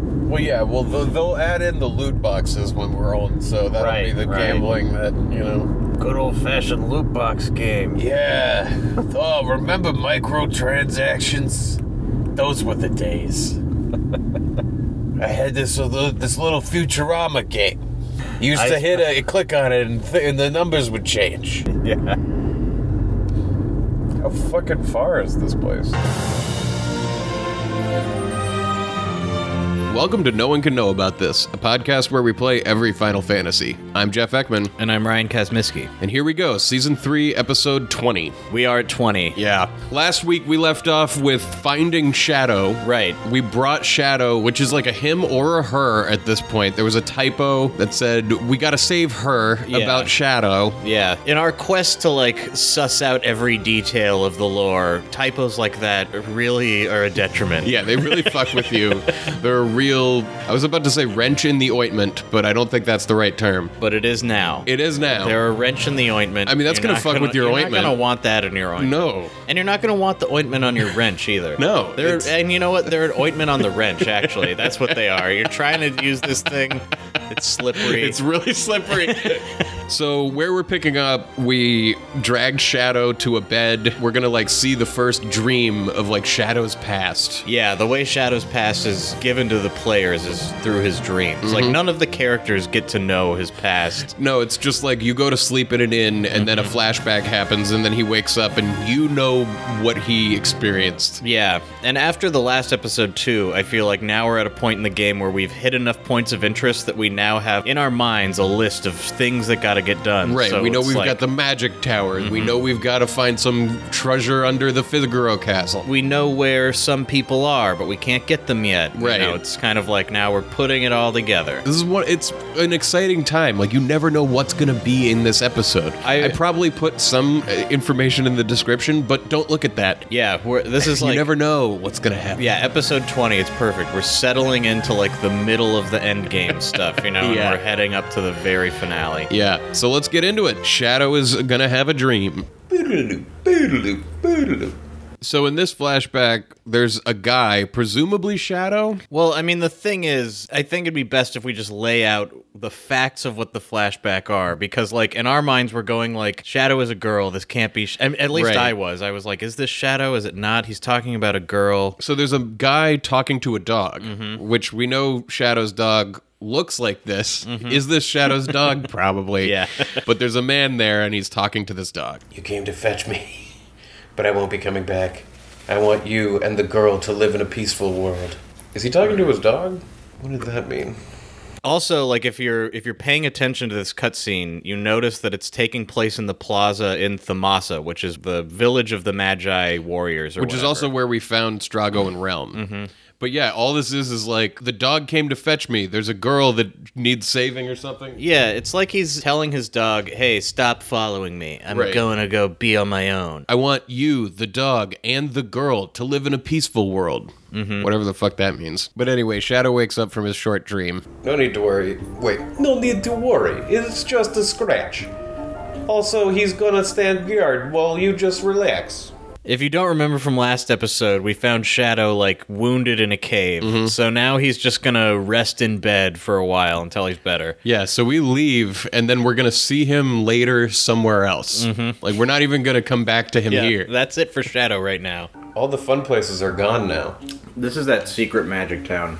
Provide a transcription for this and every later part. Well, yeah. Well, the, they'll add in the loot boxes when we're old, so that'll be Right, the right. gambling that you know. Good old fashioned loot box game. Yeah. oh, remember microtransactions? Those were the days. I had this little, this little Futurama game. You used I- to hit a click on it, and, th- and the numbers would change. Yeah. How fucking far is this place? Welcome to No One Can Know About This, a podcast where we play every Final Fantasy. I'm Jeff Ekman, And I'm Ryan Kazmiski. and here we go, season 3, episode 20. We are at 20. Yeah. Last week we left off with Finding Shadow. Right. We brought Shadow, which is like a him or a her at this point. There was a typo that said, we gotta save her Yeah. about Shadow. Yeah. In our quest to like suss out every detail of the lore, typos like that really are a detriment. Yeah, they really fuck with you. They're a real. I was about to say wrench in the ointment, but I don't think that's the right term. But it is now. It is now. They're a wrench in the ointment. I mean, that's You're gonna not fuck with your you're You're ointment. not gonna want that in your ointment. no. And you're not gonna want the ointment on your wrench either. No, They're it's- and you know what? They're an ointment on the wrench. Actually, that's what they are. You're trying to use this thing. It's slippery. It's really slippery. so where we're picking up, we dragged Shadow to a bed. We're gonna like see the first dream of like Shadow's past. Yeah, the way Shadow's past is given to the players is through his dreams. Like Mm-hmm. none of the characters get to know his past. No, it's just like you go to sleep in an inn, and then a flashback happens, and then he wakes up, and you know what he experienced. Yeah, and after the last episode too, I feel like now we're at a point in the game where we've hit enough points of interest that we now have in our minds a list of things that got to get done. Right. So we know it's we've like- got the magic tower. We know we've got to find some treasure under the Figaro castle. we know where some people are, but we can't get them yet. You Right. know, it's kind of like now we're putting it all together. This is what it's an exciting time. Like you never know what's going to be in this episode. I, I- probably put some uh, information in the description, but don't look at that. Yeah, we're, this is you like never know what's going to happen. Yeah, episode 20, it's perfect. We're settling into like the middle of the end game stuff, you know, Yeah. and we're heading up to the very finale. Yeah. So let's get into it. Shadow is going to have a dream. So in this flashback, there's a guy, presumably Shadow. Well, I mean, the thing is, I think it'd be best if we just lay out the facts of what the flashback are because like in our minds we're going like shadow is a girl this can't be sh-. I mean, at least Right. i was i was like is this shadow is it not he's talking about a girl So there's a guy talking to a dog, which we know Shadow's dog looks like this. Is this Shadow's dog? Probably. Yeah. but there's a man there and he's talking to this dog. You came to fetch me, but I won't be coming back. I want you and the girl to live in a peaceful world. Is he talking to his dog? What did that mean? Also, like if you're if you're paying attention to this cutscene, you notice that it's taking place in the plaza in Thamasa, which is the village of the Magi warriors, or Which is also where we found Strago and Realm. But yeah, all this is is like the dog came to fetch me. There's a girl that needs saving or something. yeah, it's like he's telling his dog, "Hey, stop following me. I'm Right. going to go be on my own." I want you, the dog, and the girl to live in a peaceful world. Mm-hmm. Whatever the fuck that means. But anyway, Shadow wakes up from his short dream. No need to worry. Wait, no need to worry. It's just a scratch. Also, he's gonna stand guard while you just relax. If you don't remember from last episode, we found Shadow like wounded in a cave, Mm-hmm. so now he's just gonna rest in bed for a while until he's better. Yeah, so we leave, and then we're gonna see him later somewhere else. Like we're not even gonna come back to him here. that's it for Shadow right now. All the fun places are gone now. This is that secret magic town.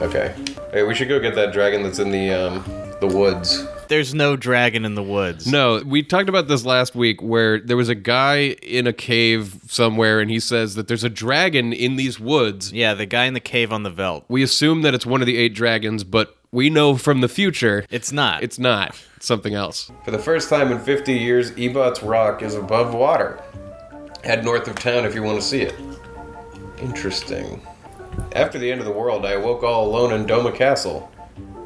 Okay. Hey, we should go get that dragon that's in the um the woods. There's no dragon in the woods. no, we talked about this last week where there was a guy in a cave somewhere, and he says that there's a dragon in these woods. Yeah, the guy in the cave on the veldt. We assume that it's one of the eight dragons, but we know from the future It's not. it's not. It's something else. For the first time in 50 years, Ebot's Rock is above water. Head north of town if you want to see it. Interesting. After the end of the world, I awoke all alone in Doma Castle.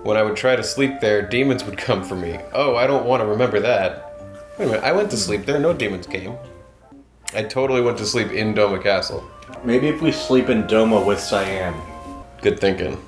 When I would try to sleep there, demons would come for me. Oh, I don't want to remember that. Wait a minute, I went to sleep there, no demons came. I totally went to sleep in Doma Castle. Maybe if we sleep in Doma with Cyan. Good thinking.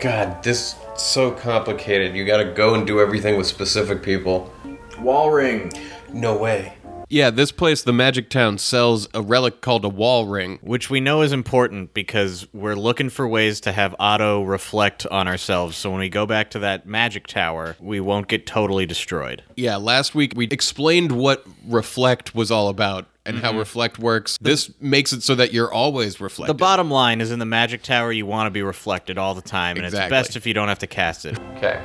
God, this so complicated. You gotta go and do everything with specific people. Wall ring. No way. Yeah, this place, the Magic Town, sells a relic called a wall ring. Which we know is important because we're looking for ways to have Otto reflect on ourselves. So when we go back to that magic tower, we won't get totally destroyed. Yeah, last week we explained what reflect was all about and Mm-hmm. how reflect works. This makes it so that you're always The reflecting. bottom line is in the magic tower, you want to be reflected all the time, and Exactly. it's best if you don't have to cast it. Okay.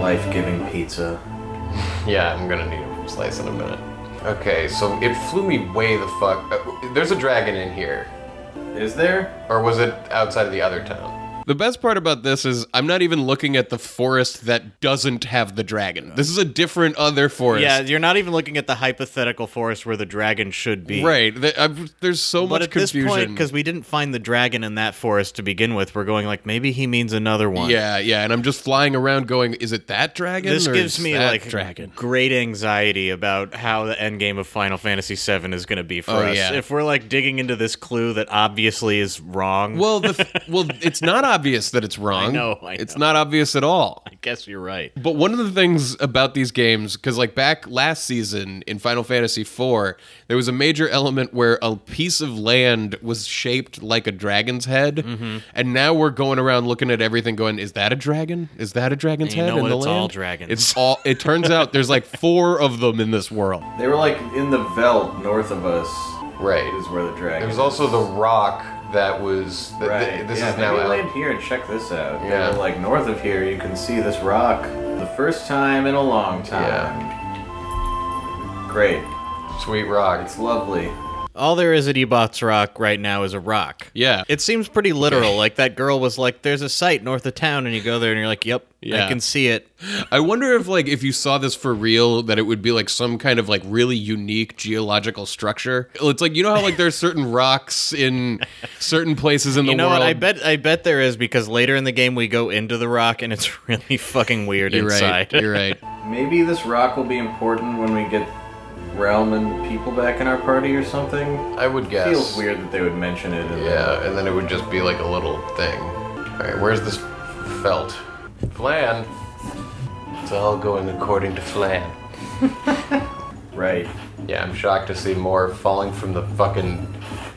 Life giving pizza. Yeah, I'm gonna need a slice in a minute. Okay, so it flew me way the fuck. Uh, there's a dragon in here, Is there? or was it outside of the other town? The best part about this is I'm not even looking at the forest that doesn't have the dragon. This is a different other forest. Yeah, you're not even looking at the hypothetical forest where the dragon should be. Right. Th- I'm- there's so But much at confusion. this point, because we didn't find the dragon in that forest to begin with, we're going like maybe he means another one. yeah, yeah, and I'm just flying around going, is it that dragon? This or gives is me that like dragon. great anxiety about how the end game of Final Fantasy VII is going to be for Oh, us. yeah. If we're like digging into this clue that obviously is wrong, Well, the f- well, it's not obvious that it's wrong. know, I it's know. not obvious at all. I guess you're right. But one of the things about these games, because like back last season in Final Fantasy IV, there was a major element where a piece of land was shaped like a dragon's head, Mm-hmm. and now we're going around looking at everything, going, "Is that a dragon? Is that a dragon's And you head know in what? the It's land?" all dragons. It's all. It turns out there's like four of them in this world. They were like in the veld north of us. Right. Is where the dragon. There's is. also the rock that was. Th- th- Right. this yeah, is now maybe out. land here and check this out. They Yeah. were like north of here, you can see this rock. The first time in a long time. Great. Sweet rock. It's lovely. All there is at Ebot's Rock right now is a rock. Yeah. It seems pretty literal. like that girl was like, "There's a site north of town," and you go there and you're like, "Yep, Yeah. I can see it." I wonder if like if you saw this for real that it would be like some kind of like really unique geological structure. It's like you know how like there's certain rocks in certain places in the You know world. what? I bet I bet there is because later in the game we go into the rock and it's really fucking weird you're inside. right. You're right. Maybe this rock will be important when we get realm and people back in our party or something. I would guess. Feels weird that they would mention it. In Yeah, and then it would just be like a little thing. Alright, where's this felt? Flan. It's all going according to Flan. The, right. Yeah, I'm shocked to see more falling from the fucking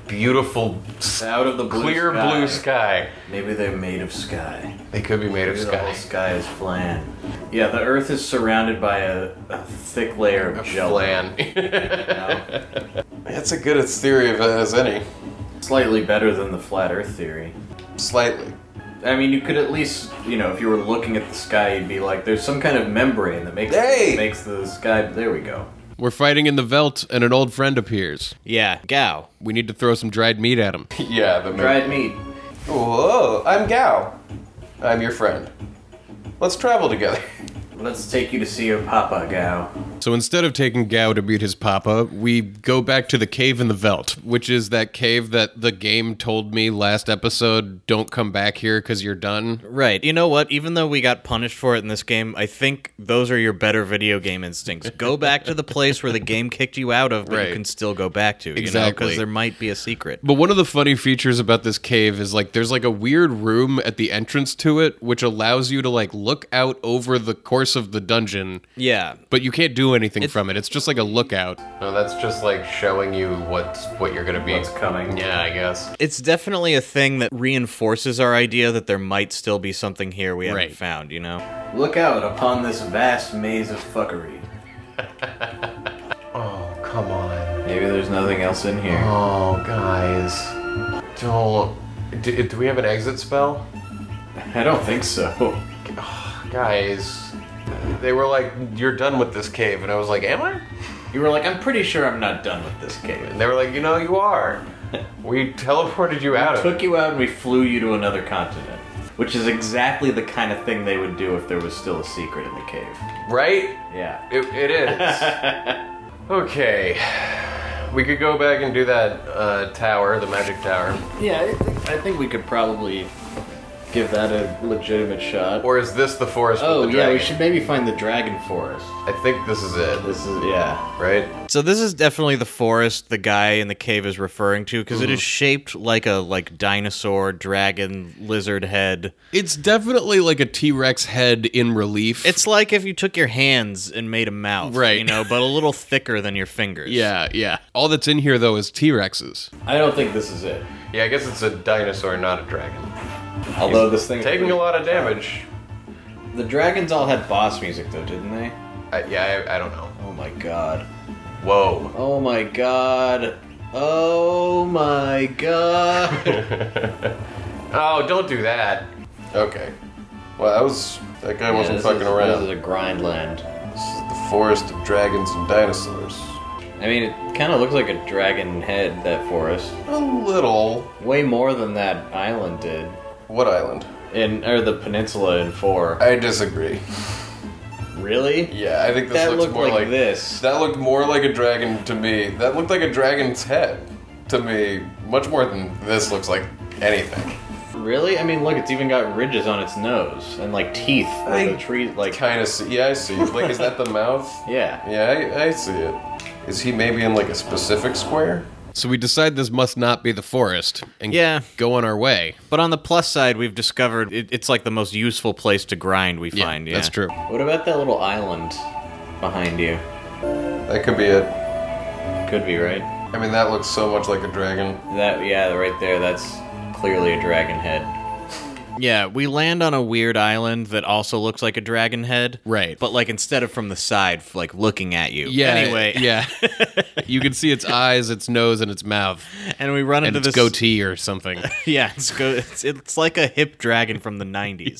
beautiful, It's s- Out of the blue clear sky. blue sky. Maybe they're made of sky. They could be made of Maybe the sky. whole sky is flan. Yeah, the Earth is surrounded by a, a thick layer of gel. Flan. you know? That's a good theory of uh, as any. Slightly better than the flat Earth theory. Slightly. I mean, you could at least, you know, if you were looking at the sky, you'd be like, "There's some kind of membrane that makes Hey! makes the sky." There we go. We're fighting in the veldt and an old friend appears. Yeah, Gao. We need to throw some dried meat at him. Yeah, the Dried meat. Whoa, I'm Gao. I'm your friend. Let's travel together. Let's take you to see your Papa Gao. So instead of taking Gao to meet his papa, we go back to the cave in the veldt, which is that cave that the game told me last episode, don't come back here cuz you're done. Right. You know what? Even though we got punished for it in this game, I think those are your better video game instincts. Go back to the place where the game kicked you out of, but Right. you can still go back to. Exactly. Because there might be a secret. But one of the funny features about this cave is like there's like a weird room at the entrance to it which allows you to like look out over the course of the dungeon, Yeah. but you can't do anything from it. It's just like a lookout. No, that's just like showing you what's what you're gonna be. What's coming. Yeah, I guess. It's definitely a thing that reinforces our idea that there might still be something here we haven't Right. found, you know? Look out upon this vast maze of fuckery. Oh, come on. Maybe there's nothing else in here. Oh, guys. Don't. Do, do we have an exit spell? I don't think so. Guys. They were like, you're done with this cave. And I was like, am I? You were like, I'm pretty sure I'm not done with this game. And they were like, you know, you are. We teleported you out of it. took you out and we flew you to another continent. Which is exactly the kind of thing they would do if there was still a secret in the cave. Right? Yeah. It, it is. okay. We could go back and do that uh, tower, the magic tower. Yeah, I think, I think we could probably give that a legitimate shot. Or is this the forest oh with the yeah, we dragon? should maybe find the dragon forest. I think this is it, This is yeah. right? So this is definitely the forest the guy in the cave is referring to because Mm-hmm. is shaped like a like dinosaur, dragon, lizard head. It's definitely like a T Rex head in relief. It's like if you took your hands and made a mouth, Right. You know, but a little thicker than your fingers. yeah, yeah. All that's in here though is T Rexes. I don't think this is it. Yeah, I guess it's a dinosaur, not a dragon. Although this thing Taking a lot of damage. The dragons all had boss music though, didn't they? I, yeah, I, I don't know. Oh my god. Whoa. Oh my god. Oh my god. Oh, don't do that. Okay. Well, that was that guy Yeah, wasn't this fucking is- around. This is a grind land. This is the forest of dragons and dinosaurs. I mean, it kind of looks like a dragon head, that forest. A little. Way more than that island did. What island? In, or the peninsula in four. I disagree. Really? Yeah, I think this That looks looked more like like, this. That looked more like a dragon to me. That looked like a dragon's head to me, much more than this looks like anything. Really? I mean, look, it's even got ridges on its nose and like teeth. Like the tree, like Kind of see. Yeah, I see. Like, is that the mouth? yeah. Yeah, I, I see it. Is he maybe in like a specific square? So we decide this must not be the forest and Yeah. go on our way. But on the plus side, we've discovered it, it's like the most useful place to grind. We find. Yeah. that's true. What about that little island behind you? That could be it. Could be right. I mean, that looks so much like a dragon. That yeah, right there. That's clearly a dragon head. Yeah, we land on a weird island that also looks like a dragon head. Right. But like instead of from the side, like looking at you. Yeah. Anyway. yeah. you can see its eyes, its nose, and its mouth, And we run and into its this goatee or something. Yeah, it's go. It's, it's like a hip dragon from the '90s.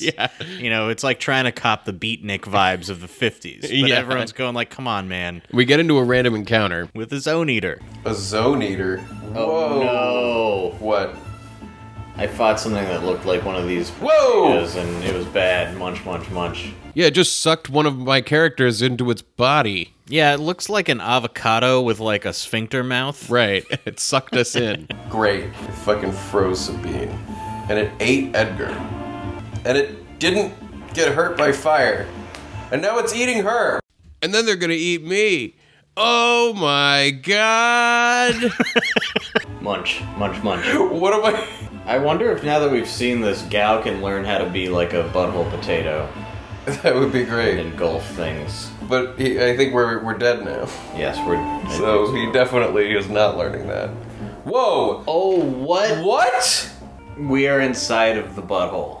Yeah. you know, it's like trying to cop the beatnik vibes of the '50s. But Yeah. everyone's going like, "Come on, man!" we get into a random encounter. With his own eater. A zone eater. Whoa. Oh What? no! I fought something that looked like one of these. Whoa! potatoes, And it was bad. Munch, munch, munch. Yeah, it just sucked one of my characters into its body. Yeah, it looks like an avocado with like a sphincter mouth. Right. It sucked us in. Great. It fucking froze Sabine. And it ate Edgar. And it didn't get hurt by fire. And now it's eating her. and then they're gonna eat me. Oh my god! Munch, munch, munch. What am I? I wonder if now that we've seen this, Gao can learn how to be like a butthole potato That would be and great. engulf things. But he, I think we're, we're dead now. Yes, we're. So he definitely is not learning that. Whoa! Oh, what? What? We are inside of the butthole.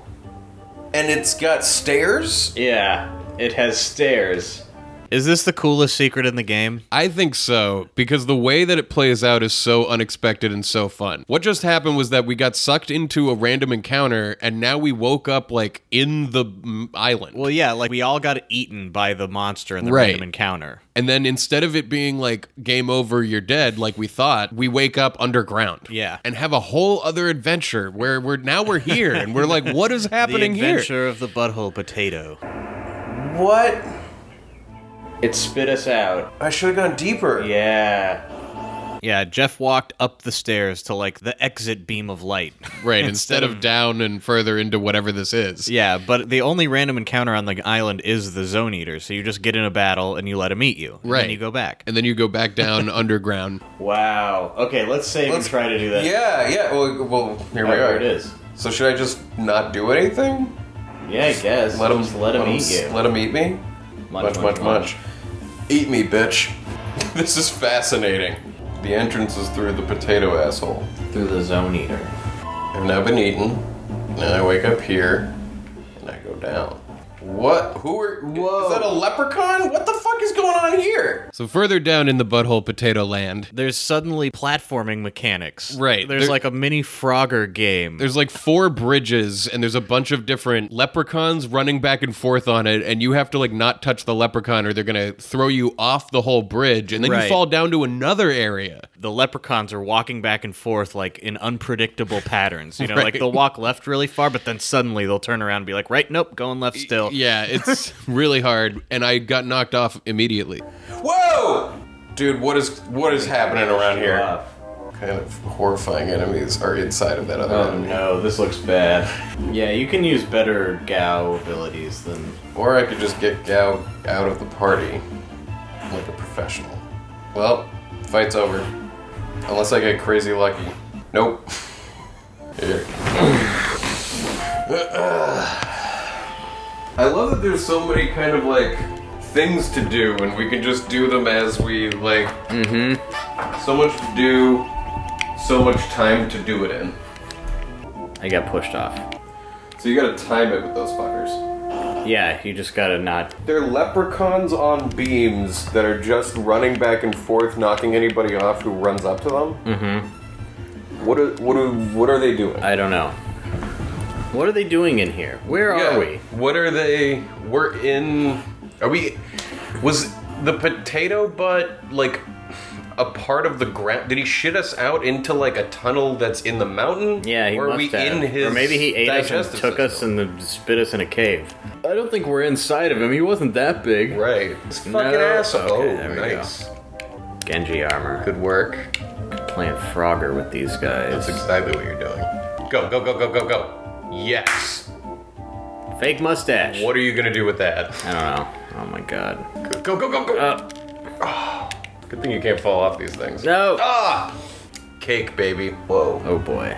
And it's got stairs? Yeah, it has stairs. Is this the coolest secret in the game? I think so, because the way that it plays out is so unexpected and so fun. What just happened was that we got sucked into a random encounter, and now we woke up like in the mm, island. Well, yeah, like we all got eaten by the monster in the Right. random encounter. And then instead of it being like game over, you're dead, like we thought, we wake up underground. Yeah. And have a whole other adventure where we're now we're here and we're like, what is happening the here? adventure of the butthole potato. What? It spit us out. I should have gone deeper. Yeah. Yeah, Jeff walked up the stairs to like the exit beam of light. Right, instead of down and further into whatever this is. Yeah, but the only random encounter on the island is the zone eater. So you just get in a battle and you let him eat you. And Right. then you go back. and then you go back down underground. Wow. Okay, let's save Let's- and try to do that. Yeah, yeah. Well, well here Oh, we there are. it is. So should I just not do anything? Yeah, I guess. Let him Just let him eat you. Let him eat me. Much, much, much. Eat me, bitch. this is fascinating. The entrance is through the potato asshole. Through the zone eater. I've now been eaten. Now I wake up here, and I go down. What? Who are? Whoa! Is that a leprechaun? What the fuck is going on here? So further down in the butthole potato land, There's suddenly platforming mechanics. Right, There's there- like a mini Frogger game. there's like four bridges and there's a bunch of different leprechauns running back and forth on it and you have to like not touch the leprechaun or they're going to throw you off the whole bridge and then Right. you fall down to another area. the leprechauns are walking back and forth like in unpredictable patterns. You know, Right. like they'll walk left really far, but then suddenly they'll turn around and be like, right, nope, going left still. Yeah, it's really hard and I got knocked off immediately. Whoa! Dude, what is what is happening around here? Off. kind of horrifying enemies are inside of that other Oh enemy. no, this looks bad. Yeah, you can use better Gao abilities than. Or I could just get Gao out of the party like a professional. Well, fight's over. Unless I get crazy lucky. Nope. Here. I love that there's so many kind of like things to do, and we can just do them as we like. So much to do, so much time to do it in. I got pushed off. So you gotta time it with those fuckers. Yeah, you just gotta not. They're leprechauns on beams that are just running back and forth, knocking anybody off who runs up to them. Mm-hmm. Mm-hmm. What are what are what are they doing? I don't know. What are they doing in here? Where are we? What are they? We're in. Are we? Was the potato butt like a part of the ground? Did he shit us out into like a tunnel that's in the mountain? Yeah, he or are must we have. in his? or maybe he ate us and digestive took us system? and then spit us in a cave. I don't think we're inside of him. He wasn't that big. Right. This fucking No. asshole. Okay, oh, there we go. nice. Genji armor. Good work. Playing Frogger with these guys. That's exactly what you're doing. Go, go, go, go, go, go. Yes. Fake mustache. What are you gonna do with that? I don't know. Oh my god. Go, go, go, go. Uh. Ah. Good thing you can't fall off these things. No. Ah! Cake, baby. Whoa. Oh boy.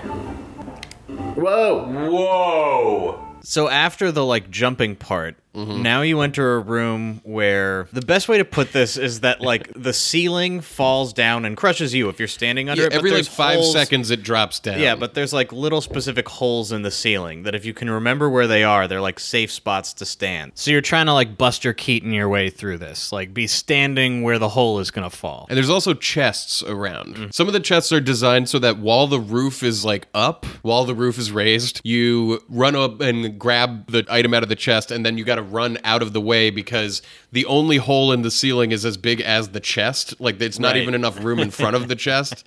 Whoa. Whoa! So after the like jumping part, now you enter a room where the best way to put this is that like the ceiling falls down and crushes you if you're standing under Yeah, it. but every like there's five holes- seconds it drops down. Yeah, but there's like little specific holes in the ceiling that if you can remember where they are, they're like safe spots to stand. So you're trying to like Buster Keaton your way through this, like be standing where the hole is gonna fall. And there's also chests around. Mm. Some of the chests are designed so that while the roof is like up, while the roof is raised, you run up and grab the item out of the chest, and then you got to run out of the way because the only hole in the ceiling is as big as the chest. Like it's not Right. even enough room in front of the chest.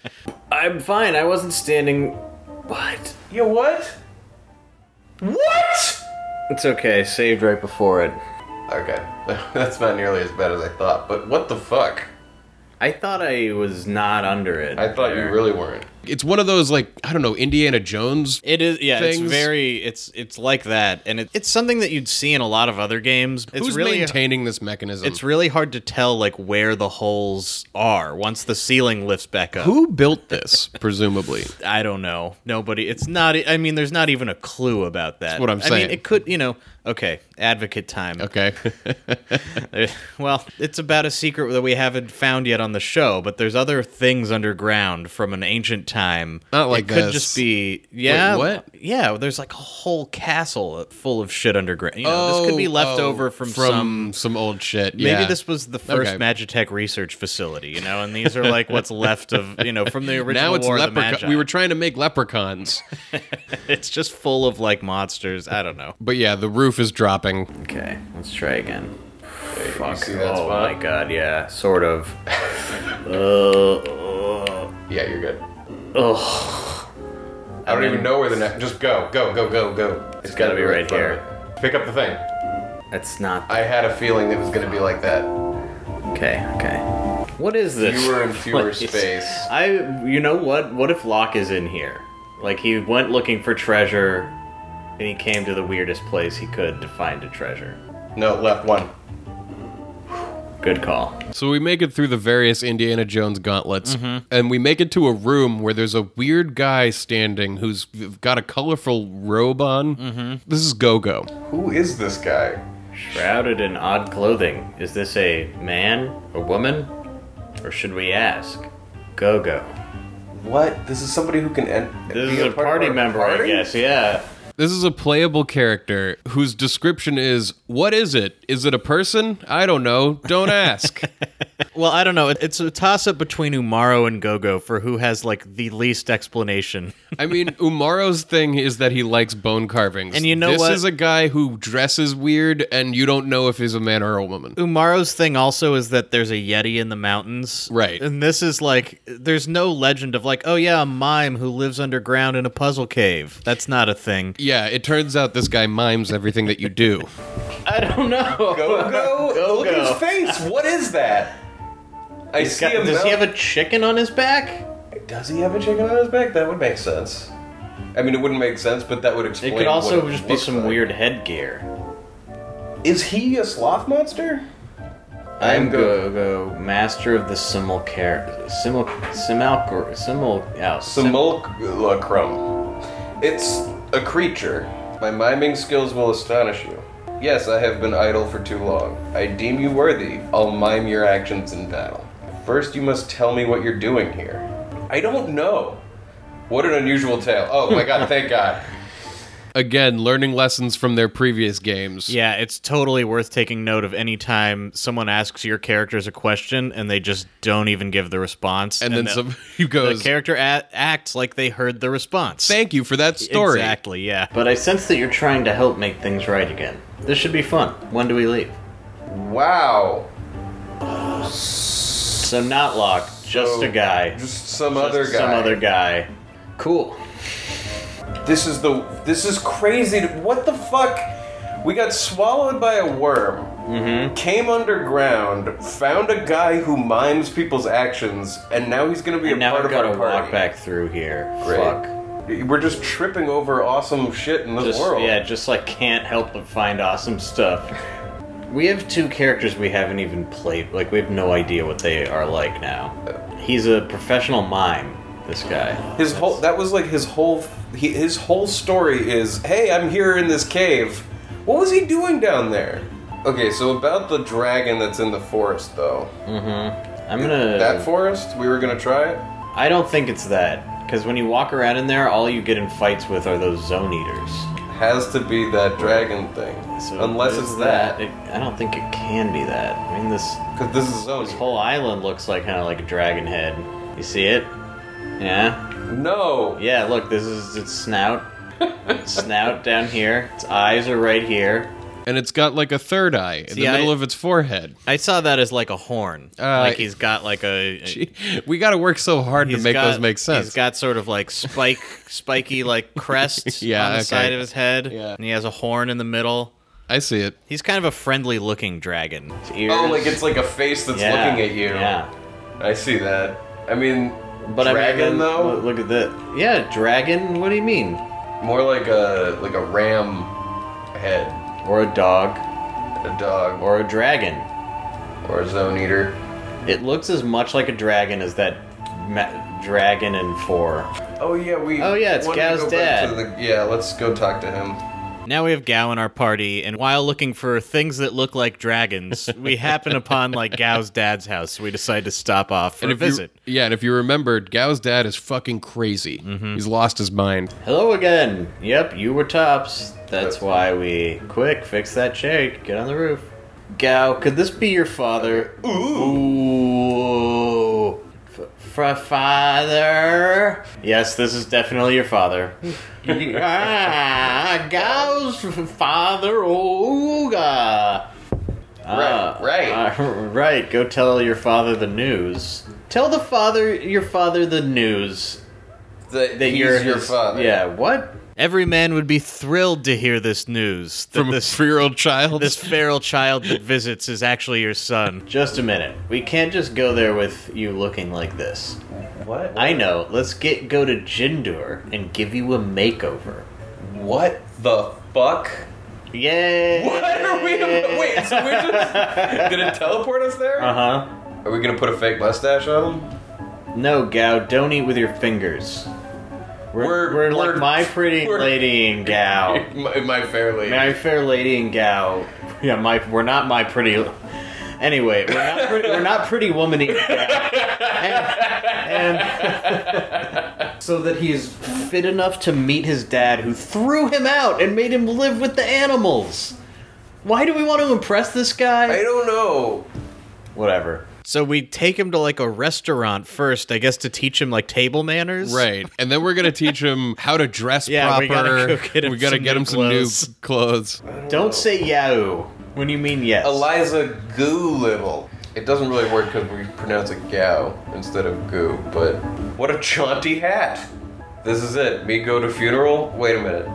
I'm fine. I wasn't standing. What? You what? What? It's okay. Saved right before it. Okay, that's not nearly as bad as I thought, but what the fuck? I thought I was not under it. I thought you really weren't. It's one of those like I don't know Indiana Jones. It is, yeah. It's things. very, it's it's like that, and it, it's something that you'd see in a lot of other games. It's Who's really, maintaining this mechanism? it's really hard to tell like where the holes are once the ceiling lifts back up. who built this, presumably. I don't know. Nobody. It's not. I mean, there's not even a clue about that. what I'm I saying. mean, it could. You know. Okay. Advocate time. Okay. Uh, well, it's about a secret that we haven't found yet on the show, but there's other things underground from an ancient time. Not like it could this. just be yeah, what? Yeah, there's like a whole castle full of shit underground. You know, this could be Oh, left oh, over from, from some. some old shit. Maybe yeah. this was the first Okay. Magitech research facility, you know, and these are like what's left of you know from the original now it's War of the leprechaun. Magi. We were trying to make leprechauns, it's just full of like monsters. I don't know. but yeah, the roof is dropping. Okay, let's try again. Fuck. see that oh spot? my god, yeah, sort of. uh, Yeah, you're good. oh, I don't even know where the next. Just go, go, go, go, go. it's gotta be in right front of here. me. Pick up the thing. that's not I had a feeling it was gonna be like that. okay. Okay. What is this? Fewer and fewer place? space. I. You know what? What if Locke is in here? Like he went looking for treasure, and he came to the weirdest place he could to find a treasure. No, left one. Good call. So we make it through the various Indiana Jones gauntlets, Mm-hmm. and we make it to a room where there's a weird guy standing who's got a colorful robe on. Mm-hmm. This is Go Go. Who is this guy? Shrouded in odd clothing, is this a man, a woman, or should we ask? Go go. What? This is somebody who can end. This is a party member, I guess. Yeah. This is a playable character whose description is What is it? Is it a person? I don't know. Don't ask. Well, I don't know. It- It's a toss up between Umaro and Gogo for who has like the least explanation. I mean, Umaro's thing is that he likes bone carvings. And you know this what? is a guy who dresses weird, and you don't know if he's a man or a woman. Umaro's thing also is that there's a yeti in the mountains. Right. And this is like there's no legend of like, oh yeah, a mime who lives underground in a puzzle cave. That's not a thing. Yeah, it turns out this guy mimes everything that you do. I don't know. Go go! Look at his face. What is that? I see Got- him. does he have a chicken on his back? Does he have a chicken on his back? That would make sense. I mean, it wouldn't make sense, but that would explain. It could also what it just be looks some like. weird headgear. Is he a sloth monster? I am Go- go go master of the simulcar simul simulcor simul oh, sim- Simulacrum. uh, It's a creature. My miming skills will astonish you. Yes, I have been idle for too long. I deem you worthy. I'll mime your actions in battle. First, you must tell me what you're doing here. I don't know. What an unusual tale. Oh my god, thank god. Again, learning lessons from their previous games. Yeah, it's totally worth taking note of any time someone asks your characters a question and they just don't even give the response. And, then the, some who the goes, character a- acts like they heard the response. "Thank you for that story." Exactly, yeah. But I sense that you're trying to help make things right again. This should be fun. When do we leave? Wow. So not Locke, just So, a guy. Just some Just other guy. Some other guy. Cool. This is the. This is crazy. What the fuck? We got swallowed by a worm. Mm-hmm. Came underground, found a guy who mimes people's actions, and now he's gonna be a And now part I've of got our to party. walk back through here. Great. Fuck. We're just tripping over awesome shit in this Just, world. yeah, just like can't help but find awesome stuff. We have two characters we haven't even played. Like we have no idea what they are like now. He's a professional mime. This guy. his whole that was like his whole he, his whole story is hey i'm here in this cave what was he doing down there okay so about the dragon that's in the forest though I'm gonna. that forest we were gonna try it I don't think it's that because when you walk around in there, all you get in fights with are those zone eaters. has to be that dragon thing So unless if it it's is that it, I don't think it can be that. I mean, this because this is zone this whole island looks like kind of like a dragon head. You see it? Yeah. no Yeah, look, this is its snout. Its snout down here. Its eyes are right here. And it's got like a third eye in See, the I- middle of its forehead. I saw that as like a horn. Uh, like he's got like a. Gee, we got to work so hard to he's make got- those make sense. He's got sort of like spike, spiky like crest Yeah, on the okay. side of his head, Yeah. and he has a horn in the middle. I see it. He's kind of a friendly looking dragon. Its ears. oh like it's like a face that's Yeah, looking at you Yeah. i see that i mean But dragon I mean, though Look, look at that. Yeah, dragon. What do you mean? more like a like a ram head Or a dog, a dog or a dragon. or a zone eater It looks as much like a dragon as that ma- dragon in four. Oh yeah, we. Oh, yeah, it's wanted to Gao's go back to dad. the- yeah, let's go talk to him. Now we have Gao in our party, and while looking for things that look like dragons, we happen upon like Gao's dad's house. So we decide to stop off for a if you- visit. yeah, and if you remembered, Gao's dad is fucking crazy. Mm-hmm. He's lost his mind. Hello again. Yep, you were tops. That's why we quick fix that shade. Get on the roof. Gao, could this be your father? Ooh. F- fra- father. Yes, this is definitely your father. ah, Gao's father. Ooga. Ah, right. ah, right. Go tell your father the news. Tell the father your father the news That, that he's you're your his- father. Yeah. What? Every man would be thrilled to hear this news that From a this three-year-old child. this feral child that visits is actually your son. Just a minute. We can't just go there with you looking like this. What? I know. Let's get go to Jindur and give you a makeover. What the fuck? Yay! What are we? Wait, so we're just. did it teleport us there? Uh huh. Are we gonna put a fake mustache on him? No, Gao, don't eat with your fingers. We're, We're- we're, like we're- my pretty we're- lady and Gao. My, my fair lady. My fair lady and Gao. Yeah, my we're not my pretty. Anyway, we're not pretty, we're not pretty woman and Gao. And, and- so that he is fit enough to meet his dad, who threw him out and made him live with the animals. Why do we want to impress this I guy? don't know. Whatever. So we take him to like a restaurant first, I guess, to teach him like table manners. Right, and then we're gonna teach him how to dress Yeah, proper. we gotta go get him We gotta some get new him some new clothes. clothes. Don't say yahoo when you mean yes. Eliza Goolittle. It doesn't really work because we pronounce it Gao instead of goo, but what a jaunty hat! This is it. Me go to funeral? Wait a minute.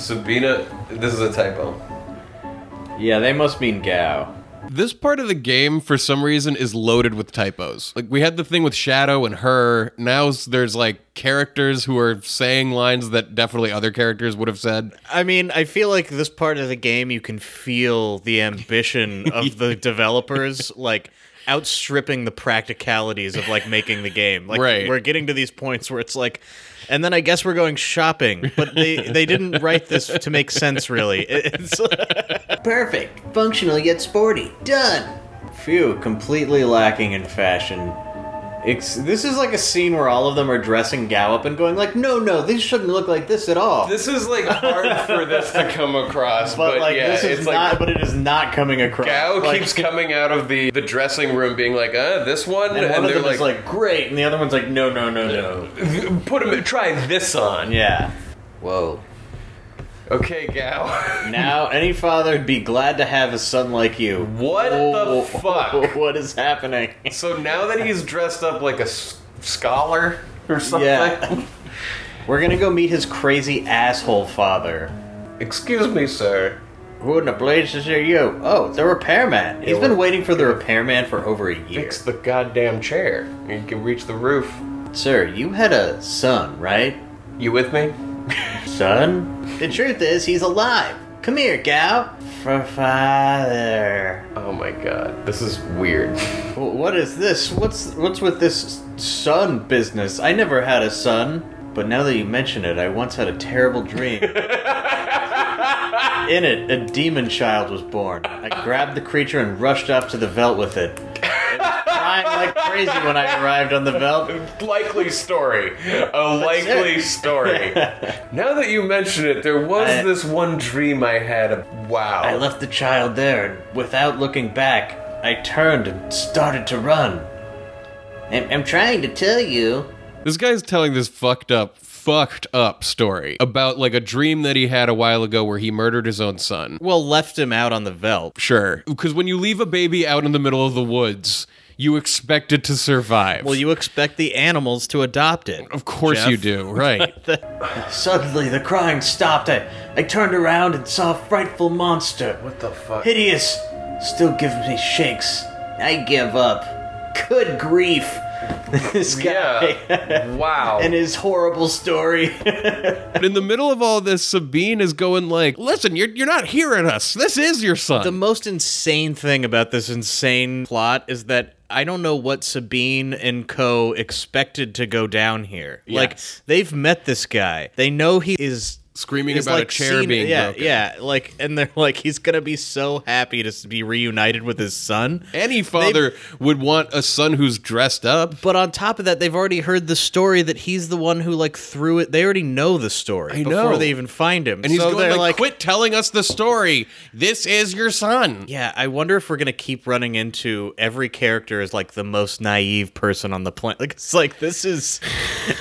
Sabina, this is a typo. Yeah, they must mean Gao. This part of the game, for some reason, is loaded with typos. Like, we had the thing with Shadow and her. Now s- there's like characters who are saying lines that definitely other characters would have said. I mean, I feel like this part of the game you can feel the ambition of the developers like outstripping the practicalities of like making the game. Like Right. we're getting to these points where it's like and then I guess we're going shopping, but they they didn't write this to make sense really. It's Perfect. Functional yet sporty. Done. Phew, completely lacking in fashion. It's, this is like a scene where all of them are dressing Gallop and going like, no, no, this shouldn't look like this at all. This is like hard for this to come across, but, but, like, yeah, this is it's not. like but it is not coming across. Gao Like, keeps coming out of the, the dressing room being like, uh, this one, and, one of they're them is like great, and the other one's like, no, no, no, no. put him, try this on. Yeah. Whoa. Okay, Gao. Now, any father'd be glad to have a son like you. What Whoa, the fuck? What is happening? So now that he's dressed up like a s- scholar or something, Yeah. We're gonna go meet his crazy asshole father. excuse me, sir. Who in the blazes are you? Oh, the repairman. He's been we're- waiting for the repairman for over a year. Fix the goddamn chair. You can reach the roof. Sir, you had a son, right? You with me? Son? The truth is, he's alive. Come here, gal. For father. Oh my god, this is weird. Wh- What is this? What's what's with this son business? I never had a son, but now that you mention it, I once had a terrible dream. In it, a demon child was born. I grabbed the creature and rushed off to the veldt with it. It was crying like crazy when I arrived on the veldt. likely story. A likely story. now that you mention it, there was I- this one dream I had. Of, wow. I left the child there, and without looking back, I turned and started to run. I'm, I'm trying to tell you. This guy's telling this fucked up, fucked up story about like a dream that he had a while ago where he murdered his own son. well left him out on the velp. Sure. Because when you leave a baby out in the middle of the woods, you expect it to survive. Well, you expect the animals to adopt it. Of course Jeff. you do, right. Suddenly, the crying stopped. I, I turned around and saw a frightful monster. what the fuck? Hideous! Still gives me shakes. I give up. Good grief! this guy Yeah. wow. and his horrible story. but in the middle of all this, Sabine is going like, listen, you're, you're not hearing us. This is your son. The most insane thing about this insane plot is that I don't know what Sabine and co expected to go down here. Like they've met this guy. They know he is Screaming is, about a like, chair seen- being yeah, broken. Yeah, like and they're like he's going to be so happy to s- be reunited with his son. Any father would want a son who's dressed up. But on top of that, they've already heard the story that he's the one who like threw it. They already know the story I before know. they even find him. And he's so going they're like, like quit telling us the story. This is your son. Yeah, I wonder if we're gonna keep running into every character is like the most naive person on the planet. Like it's like this is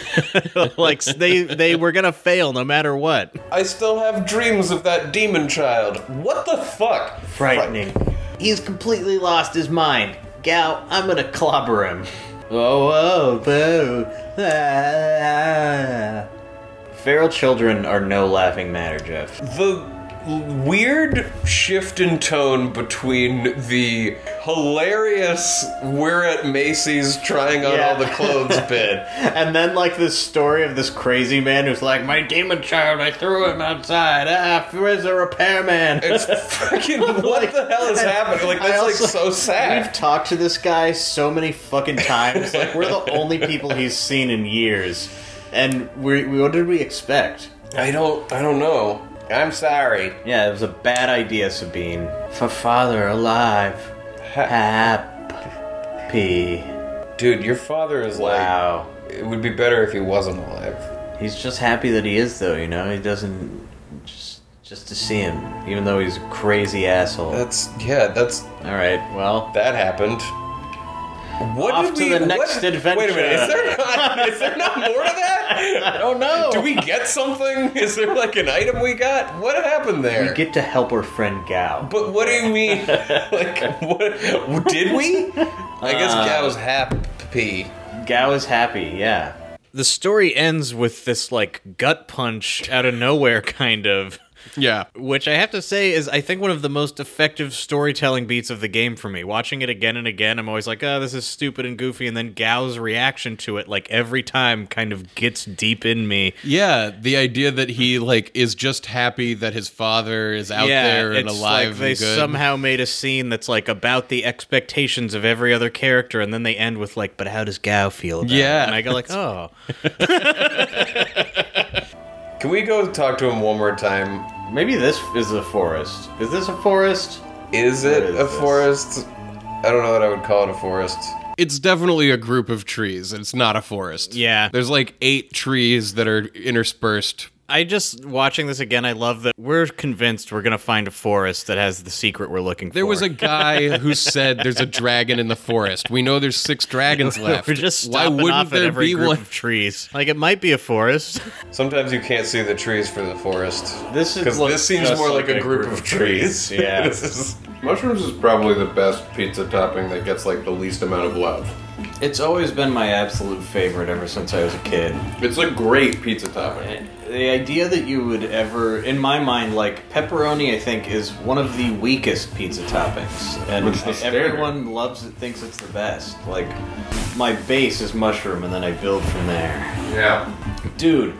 like they they were gonna fail no matter what. I still have dreams of that demon child. What the fuck? Frightening. He's completely lost his mind. Gal, I'm gonna clobber him. Oh, oh, boo. Ah. Feral children are no laughing matter, Jeff. the weird shift in tone between the hilarious we're at Macy's trying on Yeah. all the clothes bit And then, like, this story of this crazy man who's like, My demon child, I threw him outside. Ah, where's the repairman? It's fucking what the hell is happening? Like I that's also- like so We've sad. talked to this guy so many fucking times. Like, we're the only people he's seen in years. And we, we, what did we expect? I don't I don't know. I'm sorry. Yeah, it was a bad idea, Sabine. For father alive. Happy. Dude, your father is like Wow. it would be better if he wasn't alive. He's just happy that he is, though, you know? He doesn't. Just, just to see him, even though he's a crazy asshole. That's yeah, that's All right. Well, that happened. What Off did to we, the what- next Wait a adventure. minute, is there not is there not more to that? oh no! Do we get something? Is there like an item we got? What happened there? We get to help our friend Gao. but what do you mean? like, what did we? I guess Uh. Gow's happy. Gao is happy. Yeah. The story ends with this like gut punch out of nowhere kind of Yeah. which I have to say is I think one of the most effective storytelling beats of the game for me. Watching it again and again, I'm always like, "Oh, this is stupid and goofy," and then Gao's reaction to it, like every time, kind of gets deep in me. Yeah, the idea that he like is just happy that his father is out there and alive Like they and good. somehow made a scene that's like about the expectations of every other character, and then they end with like, "But how does Gao feel?" About Yeah. it? and I go like, "Oh, Can we go talk to him one more time? Maybe this is a forest. Is this a forest? Is it What is a this? forest? I don't know that I would call it a forest. it's definitely a group of trees. It's not a forest. Yeah. There's like eight trees that are interspersed. I just watching this again. I love that we're convinced we're gonna find a forest that has the secret we're looking for. There was a guy who said there's a dragon in the forest. We know there's six dragons left. We're just Why stopping wouldn't off at there every be group one? of trees. Like it might be a forest. Sometimes you can't see the trees for the forest. This is Because look this seems just more like, a group, of trees. Yeah. This is- mushrooms is probably the best pizza topping that gets like the least amount of love. It's always been my absolute favorite ever since I was a kid. It's a great pizza topping. The idea that you would ever, in my mind, like pepperoni, I think is one of the weakest pizza toppings, and Which is standard. everyone loves it, thinks it's the best. Like, my base is mushroom, and then I build from there. Yeah. Dude,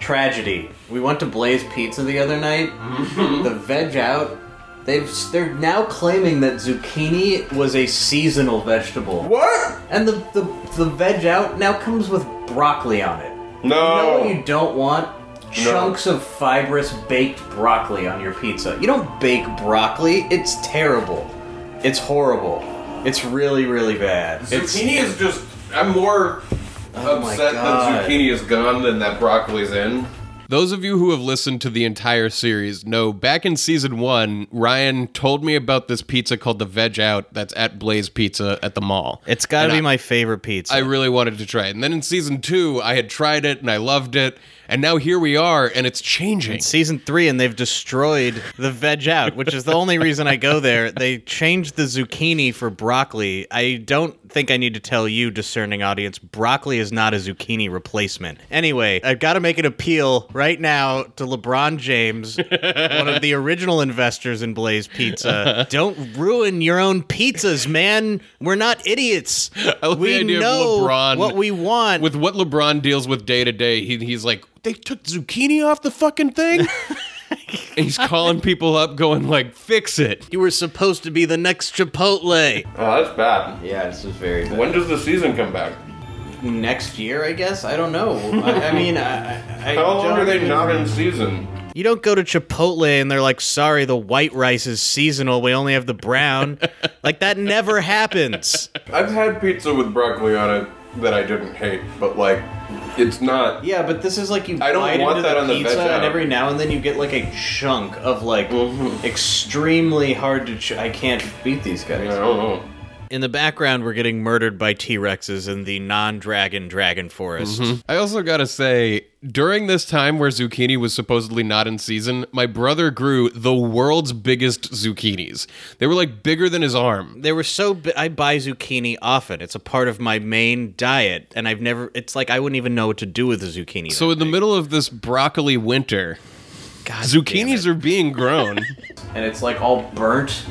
tragedy. We went to Blaze Pizza the other night. Mm-hmm. the veg out. They've they're now claiming that zucchini was a seasonal vegetable. What? And the the, the veg out now comes with broccoli on it. You know No. what you don't want? Chunks of fibrous baked broccoli on your pizza. You don't bake broccoli. It's terrible. It's horrible. It's really really bad. It's zucchini is just. I'm more Oh my upset God. that zucchini is gone than that broccoli's in. Those of you who have listened to the entire series know back in season one, Ryan told me about this pizza called the Veg Out that's at Blaze Pizza at the mall. It's got to And be I- my favorite pizza. I really wanted to try it. And then in season two, I had tried it and I loved it. And now here we are, and it's changing. Season three, and they've destroyed the veg out, which is the only reason I go there. They changed the zucchini for broccoli. I don't think I need to tell you, discerning audience, broccoli is not a zucchini replacement. Anyway, I've got to make an appeal right now to LeBron James, one of the original investors in Blaze Pizza. Don't ruin your own pizzas, man. We're not idiots. I love the we idea of know LeBron what we want. With what LeBron deals with day to day, he, he's like, they took zucchini off the fucking thing? and he's calling people up, going like, fix it. you were supposed to be the next Chipotle. Oh, that's bad. yeah, this is very bad. When does the season come back? next year, I guess. I don't know. I, I mean, I, I I How long don't are they even- not in season? You don't go to Chipotle and they're like, sorry, the white rice is seasonal. We only have the brown. like, that never happens. I've had pizza with broccoli on it that I didn't hate, but like, it's not. Yeah, but this is like you I don't bite want into that the on the pizza, veg out. Mm-hmm. and every now and then you get like a chunk of like extremely hard to. Ch- I can't beat these guys. I don't know. In the background, we're getting murdered by T Rexes in the non dragon dragon forest. I also gotta say, during this time where zucchini was supposedly not in season, my brother grew the world's biggest zucchinis. They were like bigger than his arm. They were so. Bi- I buy zucchini often. It's a part of my main diet, and I've never. It's like I wouldn't even know what to do with the zucchini. So in the middle of this broccoli winter, God damn it. zucchinis are being grown. And it's like all burnt.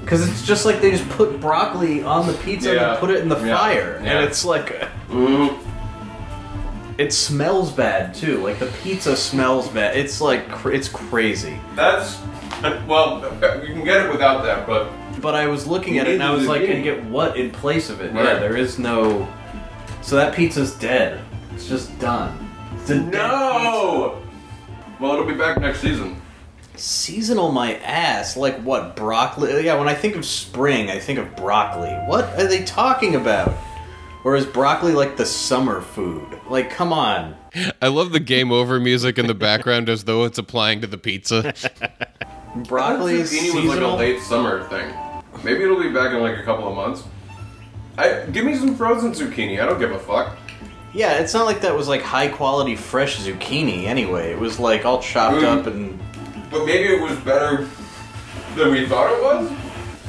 Because it's just like they just put broccoli on the pizza Yeah. and put it in the Yeah. fire. Yeah. Mm-hmm. And it's like. It smells bad too. Like the pizza smells bad. It's like. Cr- it's crazy. That's well, you can get it without that, but But I was looking You at it and need I the was like, zucchini. and get what in place of it? Yeah, Right. there is no. So that pizza's dead. It's just done. It's a dead no. Well, it'll be back next season. pizza. Seasonal my ass. Like what? Broccoli? Yeah, when I think of spring, I think of broccoli. What are they talking about? Or is broccoli like the summer food? Like, come on. I love the game over music in the background as though it's applying to the pizza. Broccoli is Zucchini was like a seasonal. late summer thing. Maybe it'll be back in like a couple of months. I give me some frozen zucchini. I don't give a fuck. yeah, it's not like that was like high quality fresh zucchini anyway. It was like all chopped Mm. up and But maybe it was better than we thought it was,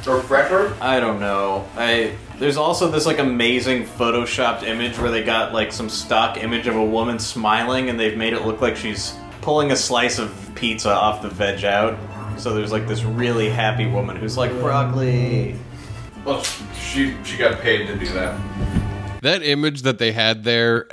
or fresher. I don't know. I there's also this like amazing photoshopped image where they got like some stock image of a woman smiling and they've made it look like she's pulling a slice of pizza off the veg out. So there's like this really happy woman who's like broccoli. Well, she she got paid to do that. That image that they had there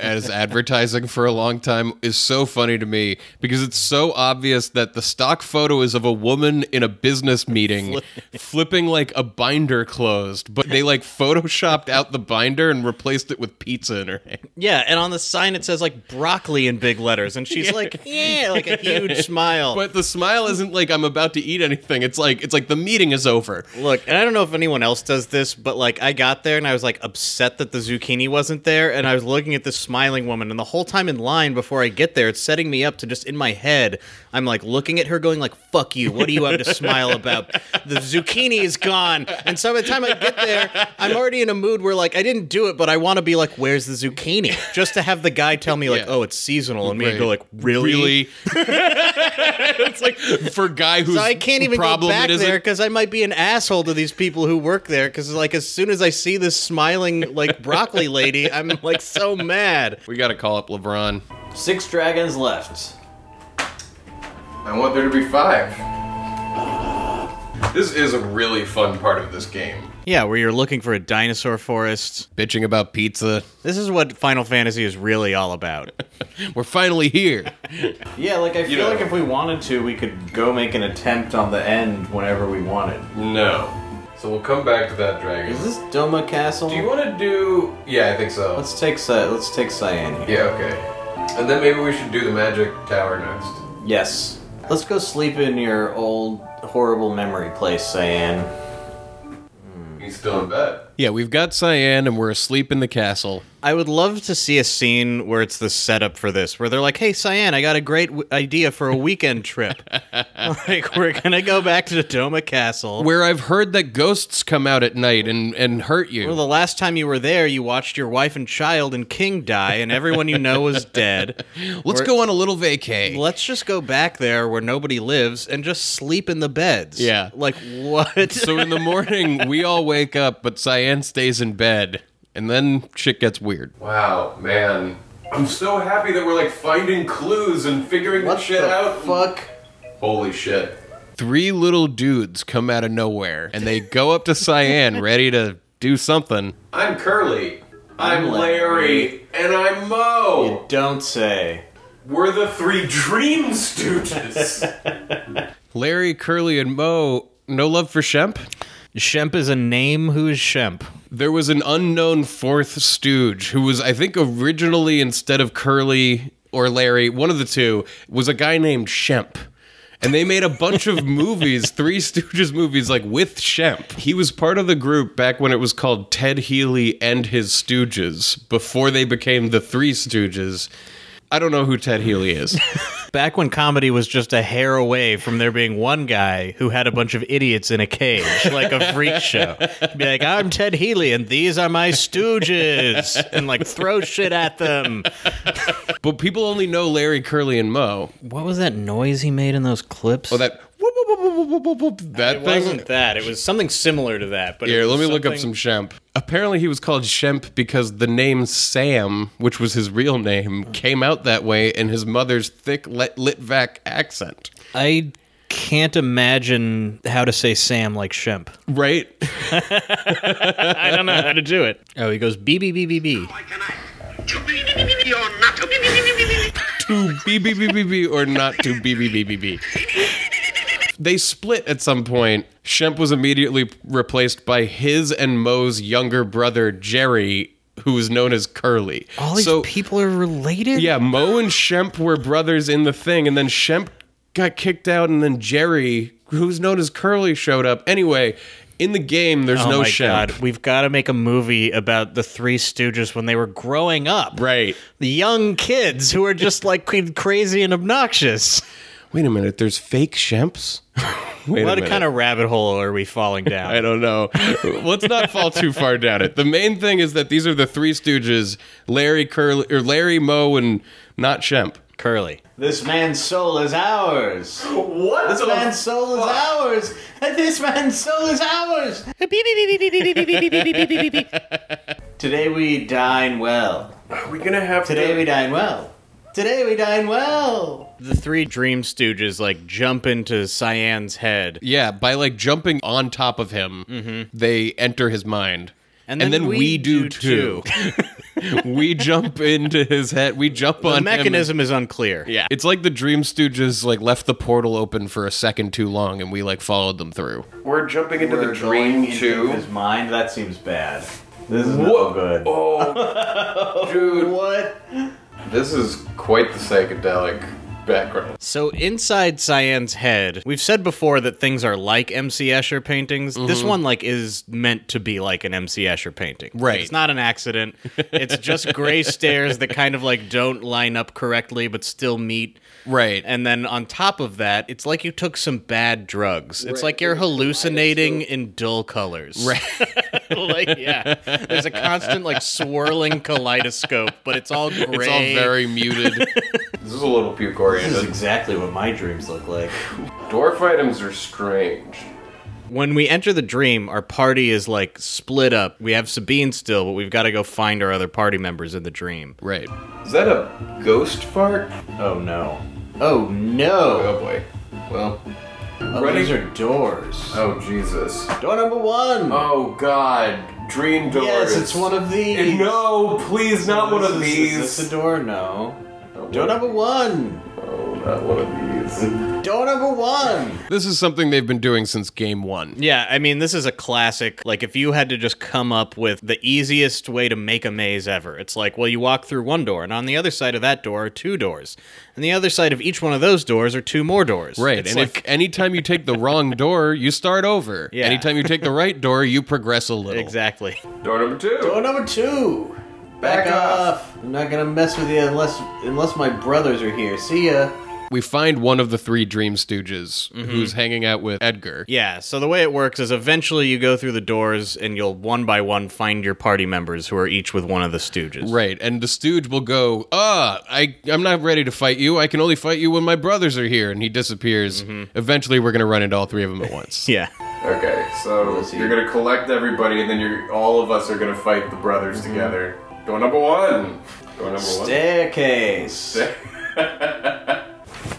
as advertising for a long time is so funny to me because it's so obvious that the stock photo is of a woman in a business meeting flipping like a binder closed, but they like photoshopped out the binder and replaced it with pizza in her hand. Yeah, and on the sign it says like broccoli in big letters, and she's like, yeah, like a huge smile. But the smile isn't like I'm about to eat anything. It's like it's like the meeting is over. Look, and I don't know if anyone else does this, but like I got there and I was like upset that the zucchini wasn't there, and I was looking at this smiling woman, and the whole time in line before I get there, it's setting me up to just in my head, I'm like looking at her, going like, "Fuck you! What do you have to smile about? The zucchini is gone." And so by the time I get there, I'm already in a mood where like I didn't do it, but I want to be like, "Where's the zucchini?" Just to have the guy tell me like, Yeah. "Oh, it's seasonal," and me Right. go like, "Really?" Really, it's like for a guy who's So I can't even go problem back it isn't- there because I might be an asshole to these people who work there. Because like as soon as I see this smiling like broccoli lady, I'm like so mad. We got to call up LeBron. Six dragons left. I want there to be five. This is a really fun part of this game. Yeah, where you're looking for a dinosaur forest. Bitching about pizza. This is what Final Fantasy is really all about. We're finally here. Yeah, like I feel know. like if we wanted to, we could go make an attempt on the end whenever we wanted. No. So we'll come back to that Is dragon. this Doma Castle? Do you want to do? Yeah, I think so. Let's take Cy- let's take Cyan here. yeah, okay. And then maybe we should do the magic tower next. Yes. Let's go sleep in your old horrible memory place, Cyan. He's still in bed. yeah, we've got Cyan and we're asleep in the castle. I would love to see a scene where it's the setup for this, where they're like, "Hey, Cyan, I got a great w- idea for a weekend trip. like, we're gonna go back to Doma Castle." Where I've heard that ghosts come out at night and, and hurt you. Well, the last time you were there, you watched your wife and child and King die, and everyone you know was dead. Let's we're- go on a little vacay. Let's just go back there where nobody lives and just sleep in the beds. Yeah. Like, what? so in the morning, we all wake up, but Cyan stays in bed. And then shit gets weird. Wow, man. I'm so happy that we're like finding clues and figuring What shit the out. fuck? Holy shit. Three little dudes come out of nowhere and they go up to Cyan ready to do something. I'm Curly. I'm, I'm Larry. Larry. And I'm Mo. Don't say. We're the three dream stooges. Larry, Curly, and Mo, no love for Shemp? Shemp is a name. Who is Shemp? There was an unknown fourth stooge who was, I think, originally instead of Curly or Larry, one of the two, was a guy named Shemp. And they made a bunch of movies, Three Stooges movies, like with Shemp. He was part of the group back when it was called Ted Healy and his Stooges before they became the Three Stooges. I don't know who Ted Healy is. Back when comedy was just a hair away from there being one guy who had a bunch of idiots in a cage, like a freak show. He'd Be like, I'm Ted Healy, and these are my stooges, and like throw shit at them. but people only know Larry, Curly, and Mo. What was that noise he made in those clips? Oh, that. whoop, whoop, whoop, whoop, whoop, whoop, whoop, that It thing. wasn't that. It was something similar to that. But it Here, was let me look up some something- Shemp. Apparently, he was called Shemp because the name Sam, which was his real name, came out that way in his mother's thick Lit- Litvak accent. I can't imagine how to say Sam like Shemp. Right? I don't know how to do it. Oh, he goes B B B B B. to B B B B B or not to B B B B B. They split at some point. Shemp was immediately replaced by his and Mo's younger brother, Jerry, who was known as Curly. All these so, people are related. Yeah, Mo and Shemp were brothers in the thing, and then Shemp got kicked out, and then Jerry, who's known as Curly, showed up. Anyway, in the game, there's Oh no my Shemp. god, we've got to make a movie about the Three Stooges when they were growing up. Right. The young kids who are just like cra- crazy and obnoxious. Wait a minute, there's fake Shemps? Wait a What minute. kind of rabbit hole are we falling down? I don't know. Let's not fall too far down it. The main thing is that these are the three stooges Larry, Curly, or Larry, Mo, and not Shemp. Curly. This man's soul is ours. what This the man's soul is ours. This man's soul is ours. Today we dine well. Are we gonna have Today to, we dine well. Today we dine well. The three dream stooges like jump into Cyan's head. Yeah, by like jumping on top of him, Mm-hmm. they enter his mind. And then, we, do, too. we jump into his head. We jump The on mechanism is unclear. Him. Yeah, it's like the Dream Stooges like left the portal open for a second too long, and we like followed them through. We're jumping into We're the dream going into too. His mind. That seems bad. This is Whoa. no good. Oh, dude, What? this is quite the psychedelic background. So inside Cyan's head, we've said before that things are like M.C. Escher paintings. This one like is meant to be like an M.C. Escher painting. Like, Right. it's not an accident. It's just gray stairs that kind of like don't line up correctly but still meet. Right. And then on top of that, it's like you took some bad drugs. It's like you're hallucinating in dull colors. Right. like yeah. There's a constant like swirling kaleidoscope, but it's all gray. it's all very muted. This is a little puke This is oriented. exactly what my dreams look like. Dwarf items are strange. When we enter the dream, our party is like split up. We have Sabine still, but we've got to go find our other party members in the dream. right. Is that a ghost fart? Oh no. Oh no. Oh boy. Well, Oh, running- these are doors. oh Jesus. Door number one. Oh God, dream doors. yes, it's one of these. Eh, No, please, not one This of is- these. Is this a door? No. Not Door one- number one. Oh, not one of these. Door number one. This is something they've been doing since game one. Yeah, I mean, this is a classic. Like, if you had to just come up with the easiest way to make a maze ever, it's like, well, you walk through one door, and on the other side of that door are two doors. And the other side of each one of those doors are two more doors. Right. It's and like- if anytime you take the wrong door, you start over. Yeah. Anytime you take the right door, you progress a little. Exactly. Door number two. Door number two. Back off. I'm not gonna mess with you unless unless my brothers are here. See ya. We find one of the three Dream Stooges Mm-hmm. who's hanging out with Edgar. Yeah, so the way it works is eventually you go through the doors and you'll one by one find your party members who are each with one of the stooges. Right, and the stooge will go, ah, I, I'm not ready to fight you. I can only fight you when my brothers are here. And he disappears. Mm-hmm. Eventually, we're going to run into all three of them at once. Yeah. Okay, so see. you're gonna collect everybody, and then you're all of us are gonna fight the brothers Mm-hmm. together. Door number one. Door number Staircase. one.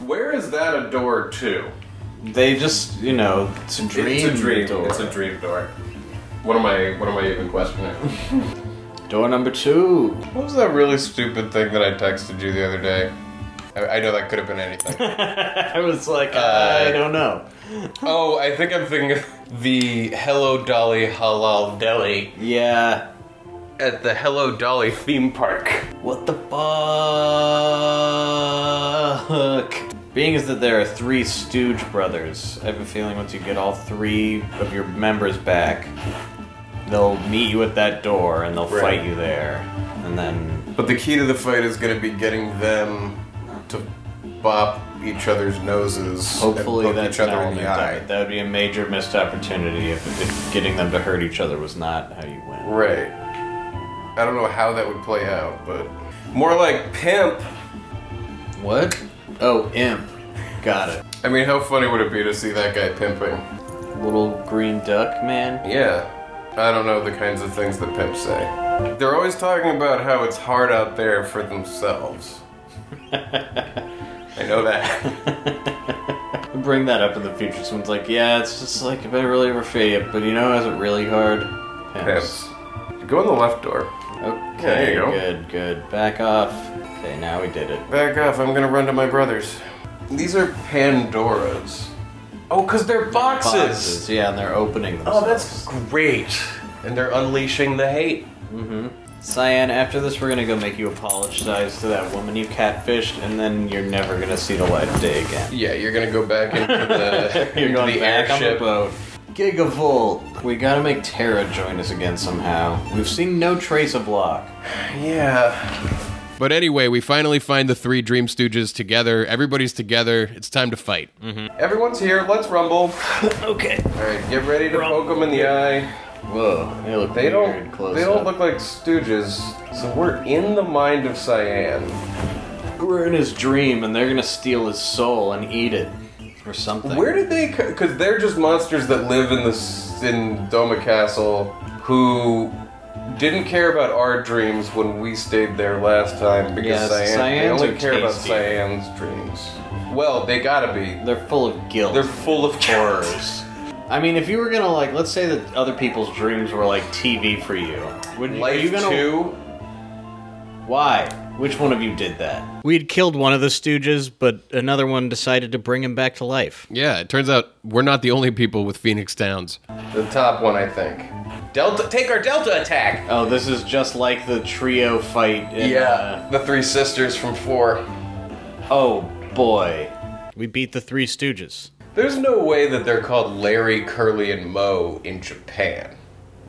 Where is that a door to? They just, you know, it's a dream. it's a dream. Door. It's a dream door. What am I? What am I even questioning? Door number two. what was that really stupid thing that I texted you the other day? I, I know that could have been anything. I was like, I don't know. oh, I think I'm thinking of the Hello Dolly Halal Deli Yeah. at the Hello Dolly theme park. What the fuck? Being is that there are three Stooge brothers, I have a feeling once you get all three of your members back, they'll meet you at that door and they'll Right. fight you there. And then, But the key to the fight is going to be getting them to bop each other's noses hopefully, and poke that's each other an in the element of eye. it. That would be a major missed opportunity if, if getting them to hurt each other was not how you win. Right. I don't know how that would play out, but more like pimp. What? Oh, imp. Got it. I mean, how funny would it be to see that guy pimping? Little green duck man. Yeah. I don't know the kinds of things that pimps say. They're always talking about how it's hard out there for themselves. I know that. Bring that up in the future. Someone's like, yeah, it's just like, I really overfit it, but you know, is it really hard? Pimps. Go in the left door. Okay, Yeah, there you go. good, good. Back off. Okay, now we did it. Back off, I'm gonna run to my brother's. These are Pandoras. Oh, because they're boxes! Boxes, yeah, and they're opening themselves. Oh, that's great! And they're unleashing the hate. Cyan, after this, we're gonna go make you apologize to that woman you catfished, and then you're never gonna see the light of day again. Yeah, you're gonna go back into the, You're into going the back on the airship. boat. Gigavolt. We gotta make Terra join us again somehow. We've seen no trace of Locke. Yeah. But anyway, we finally find the three Dream Stooges together. Everybody's together. It's time to fight. Mm-hmm. Everyone's here, let's rumble. Okay. Alright, get ready to poke them in the eye. Whoa, they look They weird don't close they don't up. look like stooges, so we're in the mind of Cyan. We're in his dream, and they're gonna steal his soul and eat it, or something. Where did they? Because they're just monsters that live in the s- in Doma Castle who didn't care about our dreams when we stayed there last time because Yes, Cyan, they Cyans only are care about tasty. Cyan's dreams. Well, they gotta be. They're full of guilt. They're full of horrors. I mean, if you were gonna like, let's say that other people's dreams were like TV for you. Would you, are Life you gonna? two. Why? Which one of you did that? We had killed one of the Stooges, but another one decided to bring him back to life. Yeah, it turns out we're not the only people with Phoenix Downs. The top one, I think. Delta, take our Delta attack. Oh, this is just like the trio fight. In, yeah, the three sisters from four. uh, oh boy. We beat the Three Stooges. There's no way that they're called Larry, Curly, and Moe in Japan,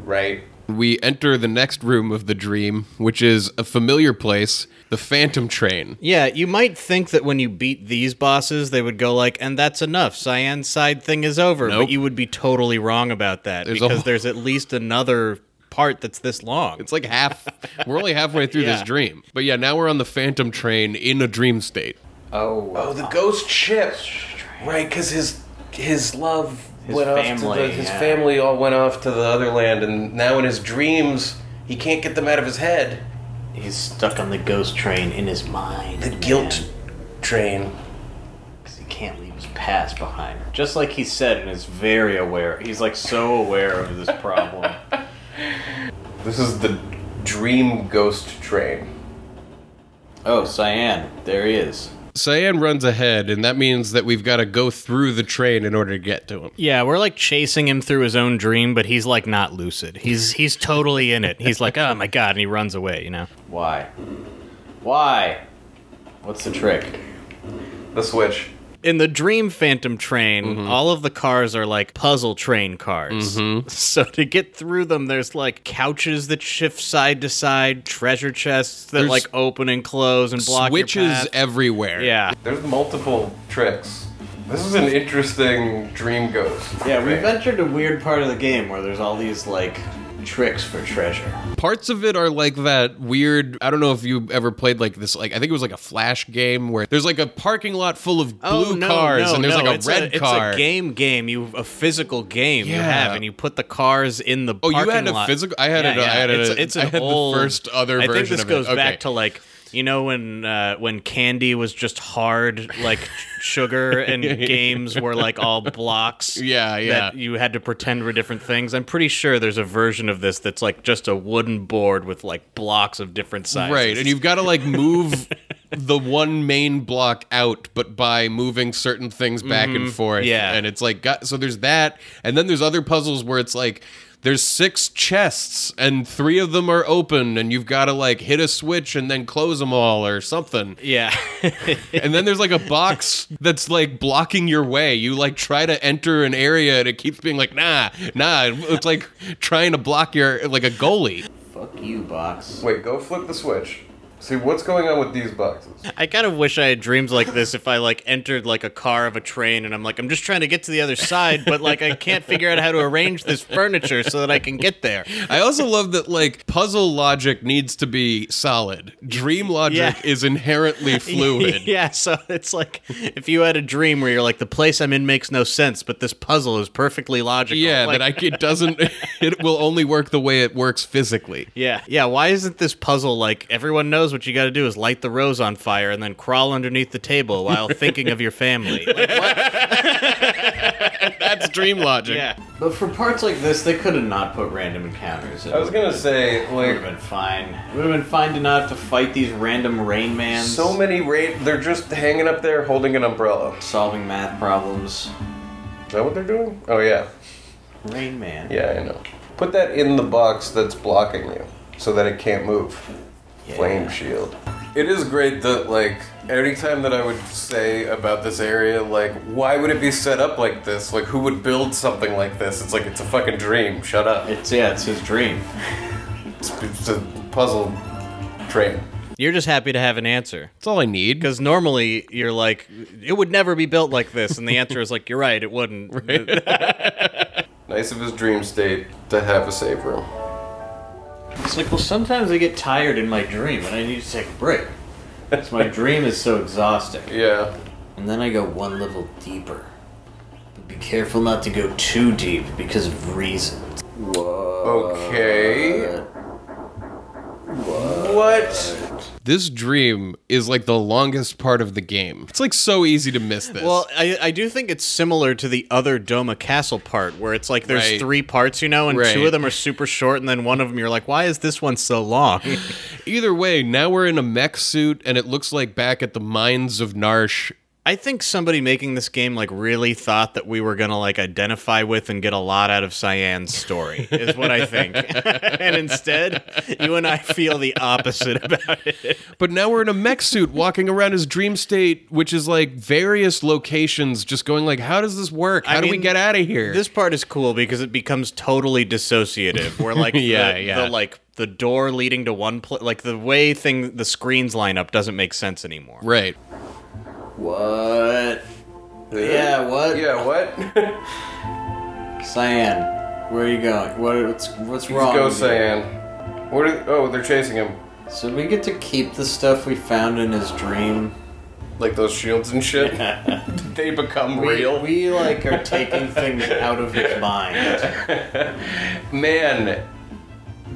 right? We enter the next room of the dream, which is a familiar place, the Phantom Train. Yeah, you might think that when you beat these bosses, they would go like, "And that's enough. Cyan's side thing is over." Nope. But you would be totally wrong about that There's a because whole- there's at least another part that's this long. It's like half. we're only halfway through this Yeah. dream. But yeah, now we're on the Phantom Train in a dream state. Oh. Oh, the ghost ship. Right, because his his love went off to family, the, his yeah. family all went off to the other land, and now in his dreams he can't get them out of his head. He's stuck on the ghost train in his mind. The guilt train. Because he can't leave his past behind. Just like he said, and is very aware. He's like so aware of this problem. This is the dream ghost train. oh, Cyan, there he is. Cyan runs ahead, and that means that we've got to go through the train in order to get to him. Yeah, we're like chasing him through his own dream, but he's like not lucid. He's he's totally in it. He's like, "Oh my god," and he runs away, you know. Why? Why? What's the trick? The switch. in the dream phantom train Mm-hmm. all of the cars are like puzzle train cars so to get through them there's like couches that shift side to side treasure chests that There's like open and close and block your Switches path. everywhere. yeah There's multiple tricks. This is an interesting dream ghost. Yeah, we've train. entered a weird part of the game where there's all these like tricks for treasure. Parts of it are like that weird. I don't know if you ever played like this. Like I think it was like a flash game where there's like a parking lot full of Oh, blue no, cars no, and there's no, like a it's red it's car. a game game you a physical game you Yeah. have and you put the cars in the Oh, you parking had a lot. physical- I had yeah, it- I yeah. had it- it's, it's an I had the old, first other I think version this of it. goes Okay. back to like you know when uh, when candy was just hard like ch- sugar and games were like all blocks Yeah, yeah. that you had to pretend were different things i'm pretty sure there's a version of this that's like just a wooden board with like blocks of different sizes Right, and you've got to like move the one main block out, but by moving certain things back and forth. Mm-hmm. yeah. and it's like got so there's that, and then there's other puzzles where it's like there's six chests and three of them are open, and you've got to like hit a switch and then close them all or something. yeah and then there's like a box that's like blocking your way. You like try to enter an area and it keeps being like nah, nah. It's like trying to block your like a goalie. Fuck you, box. Wait, go flip the switch. See what's going on with these boxes. I kind of wish I had dreams like this if I like entered like a car of a train and I'm like I'm just trying to get to the other side but like I can't figure out how to arrange this furniture so that I can get there. I also love that like puzzle logic needs to be solid. Dream logic Yeah. is inherently fluid. yeah, so it's like if you had a dream where you're like the place I'm in makes no sense but this puzzle is perfectly logical. Yeah, like, that I it doesn't it will only work the way it works physically. Yeah. Yeah, why isn't this puzzle like everyone knows what you got to do is light the rose on fire and then crawl underneath the table while thinking of your family. Like, That's dream logic. yeah. But for parts like this, they could have not put random encounters. I was gonna say Would have like been fine. It would have been fine to not have to fight these random rain mans. so many ra- they're just hanging up there holding an umbrella. solving math problems. Is that what they're doing? Oh yeah, Rain man. yeah, I know. Put that in the box that's blocking you, so that it can't move. Flame shield. It is great that like anytime that I would say about this area, like why would it be set up like this? Like who would build something like this? It's like it's a fucking dream. Shut up. It's yeah, it's his dream. It's, it's a puzzle train. You're just happy to have an answer. That's all I need. Because normally you're like, it would never be built like this, and the answer is like, you're right, it wouldn't. Nice of his dream state to have a safe room. It's like, well, sometimes I get tired in my dream and I need to take a break. Because my dream is so exhausting. Yeah. And then I go one level deeper. But be careful not to go too deep because of reasons. Whoa. Okay. What? This dream is like the longest part of the game. It's like so easy to miss this. Well, I, I do think it's similar to the other Doma Castle part, where it's like there's Right. three parts, you know, and Right. two of them are super short, and then one of them you're like, why is this one so long? either way, now we're in a mech suit and it looks like back at the mines of Narsh. I think somebody making this game like really thought that we were gonna like identify with and get a lot out of Cyan's story, is what I think. and instead, you and I feel the opposite about it. But now we're in a mech suit walking around his dream state, which is like various locations, just going like, how does this work? How do we mean, get out of here? This part is cool because it becomes totally dissociative. Where like Yeah, the, yeah. the like the door leading to one place, like the way thing the screens line up doesn't make sense anymore. right. What? Yeah, what? Yeah, what? Cyan, where are you going? What, what's what's wrong? Let's go, with you? Cyan. What are, oh, they're chasing him. So we get to keep the stuff we found in his dream. Like those shields and shit. they become real. We, we like are taking things out of his mind. Man,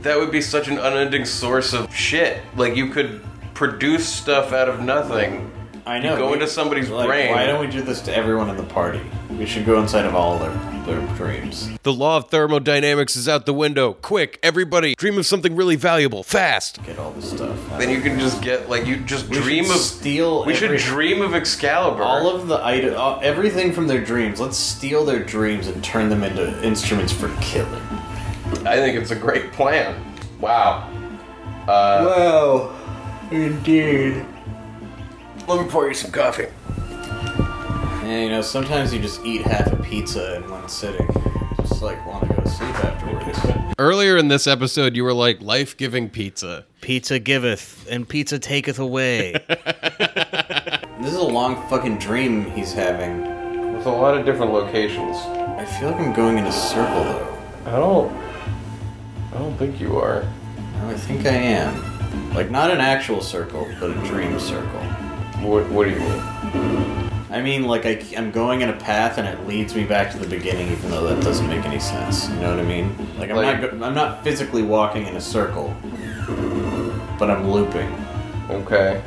that would be such an unending source of shit. Like, you could produce stuff out of nothing. I know. go we- into somebody's like, brain. Why don't we do this to everyone in the party? We should go inside of all their their dreams. The law of thermodynamics is out the window. Quick, everybody, dream of something really valuable, fast. Get all this stuff. Then you can just get, like, you just We dream should of. steal. we should every- dream of Excalibur. all of the item, all, everything from their dreams. Let's steal their dreams and turn them into instruments for killing. I think it's a great plan. Wow. Uh, Wow, indeed. let me pour you some coffee. Yeah, you know, sometimes you just eat half a pizza in one sitting. Just like want to go to sleep afterwards. Earlier in this episode, you were like, life giving pizza. Pizza giveth and pizza taketh away. this is a long fucking dream he's having. With a lot of different locations. I feel like I'm going in a circle though. I don't. I don't think you are. No, I think I am. Like not an actual circle, but a dream circle. What, what do you mean? I mean, like I, am going in a path and it leads me back to the beginning, even though that doesn't make any sense. You know what I mean? Like I'm Like- not, go- I'm not physically walking in a circle, but I'm looping. Okay.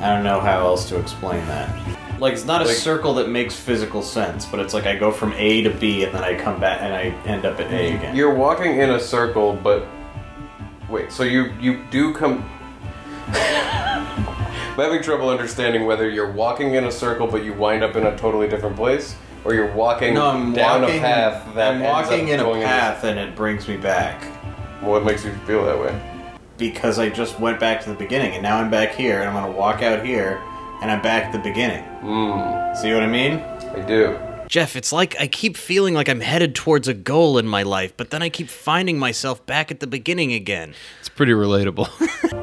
I don't know how else to explain that. Like it's not a Like- circle that makes physical sense, but it's like I go from A to B and then I come back and I end up at A again. You're walking in a circle, but wait. So you you do come. I'm having trouble understanding whether you're walking in a circle, but you wind up in a totally different place, or you're walking no, I'm down walking. a path that I'm ends up walking in a going this- path and it brings me back What makes you feel that way? because I just went back to the beginning and now I'm back here and I'm gonna walk out here and I'm back at the beginning. Mm, See what I mean? I do. Jeff, it's like I keep feeling like I'm headed towards a goal in my life, but then I keep finding myself back at the beginning again. It's pretty relatable.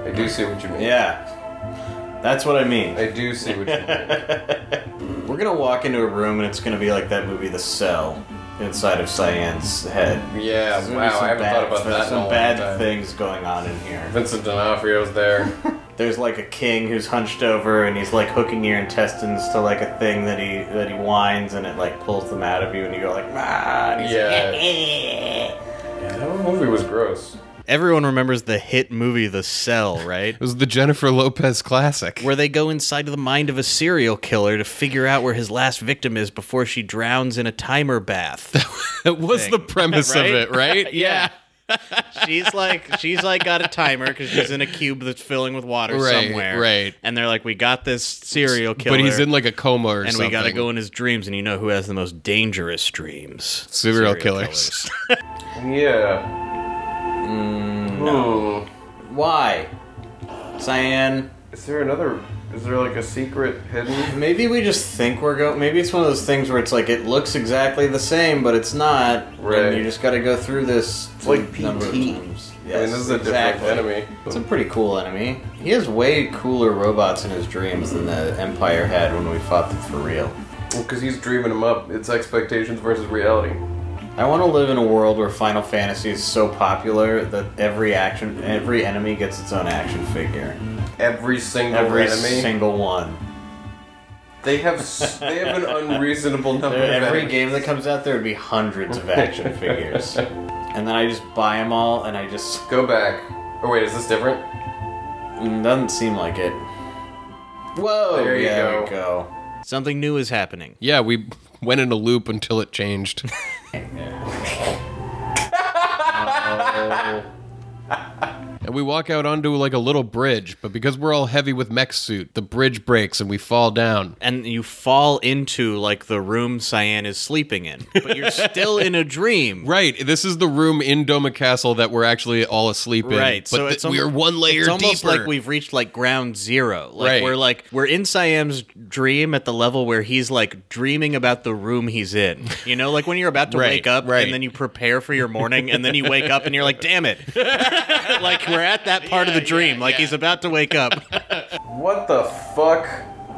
I do see what you mean. Yeah. That's what I mean. I do see what you mean. We're gonna walk into a room and it's gonna be like that movie The Cell inside of Cyan's head. Yeah, There's gonna be wow, some I haven't bad- thought about there's that in a Some long bad time. things going on in here. Vincent D'Onofrio's there. There's like a king who's hunched over and he's like hooking your intestines to like a thing that he that he winds and it like pulls them out of you and you go like ah. And he's Yeah. Like, that movie was gross. Everyone remembers the hit movie The Cell, right? It was the Jennifer Lopez classic. where they go inside of the mind of a serial killer to figure out where his last victim is before she drowns in a timer bath. That was thing, the premise right? of it, right? Yeah. she's like she's like got a timer because she's in a cube that's filling with water Right, somewhere. right. And they're like, we got this serial killer, But he's in like a coma or and something. we got to go in his dreams. And you know who has the most dangerous dreams? Serial killers. Yeah. Hmm. Why, Cyan? Is there another? Is there like a secret hidden? Maybe we just think we're going. Maybe it's one of those things where it's like it looks exactly the same, but it's not. Right. And you just got to go through this like number of PT. times. I Yes, mean, this is a exactly. different enemy. It's a pretty cool enemy. He has way cooler robots in his dreams than the Empire had when we fought them for real. Because he's dreaming him up. It's expectations versus reality. I want to live in a world where Final Fantasy is so popular that every action, every enemy gets its own action figure. Every single Every enemy. single one. they have s- they have an unreasonable number of Every enemies. game that comes out, there would be hundreds of action figures. And then I just buy them all, and I just Go back. Or wait, is this different? Mm, Doesn't seem like it. Whoa! There you there go. Oh, we go. Something new is happening. Yeah, we went in a loop until it changed. and we walk out onto like a little bridge, but because we're all heavy with mech suit, the bridge breaks and we fall down. And you fall into like the room Cyan is sleeping in, but you're still in a dream. Right, this is the room in Doma Castle that we're actually all asleep in. Right, but so th- it's al- we are one layer It's almost deeper. like we've reached like ground zero. Like Right. we're like we're in Siam's dream at the level where he's like dreaming about the room he's in. You know, like when you're about to Right, wake up right. and then you prepare for your morning and then you wake up and you're like, damn it. like we're at that part of the dream. like he's about to wake up. What the fuck?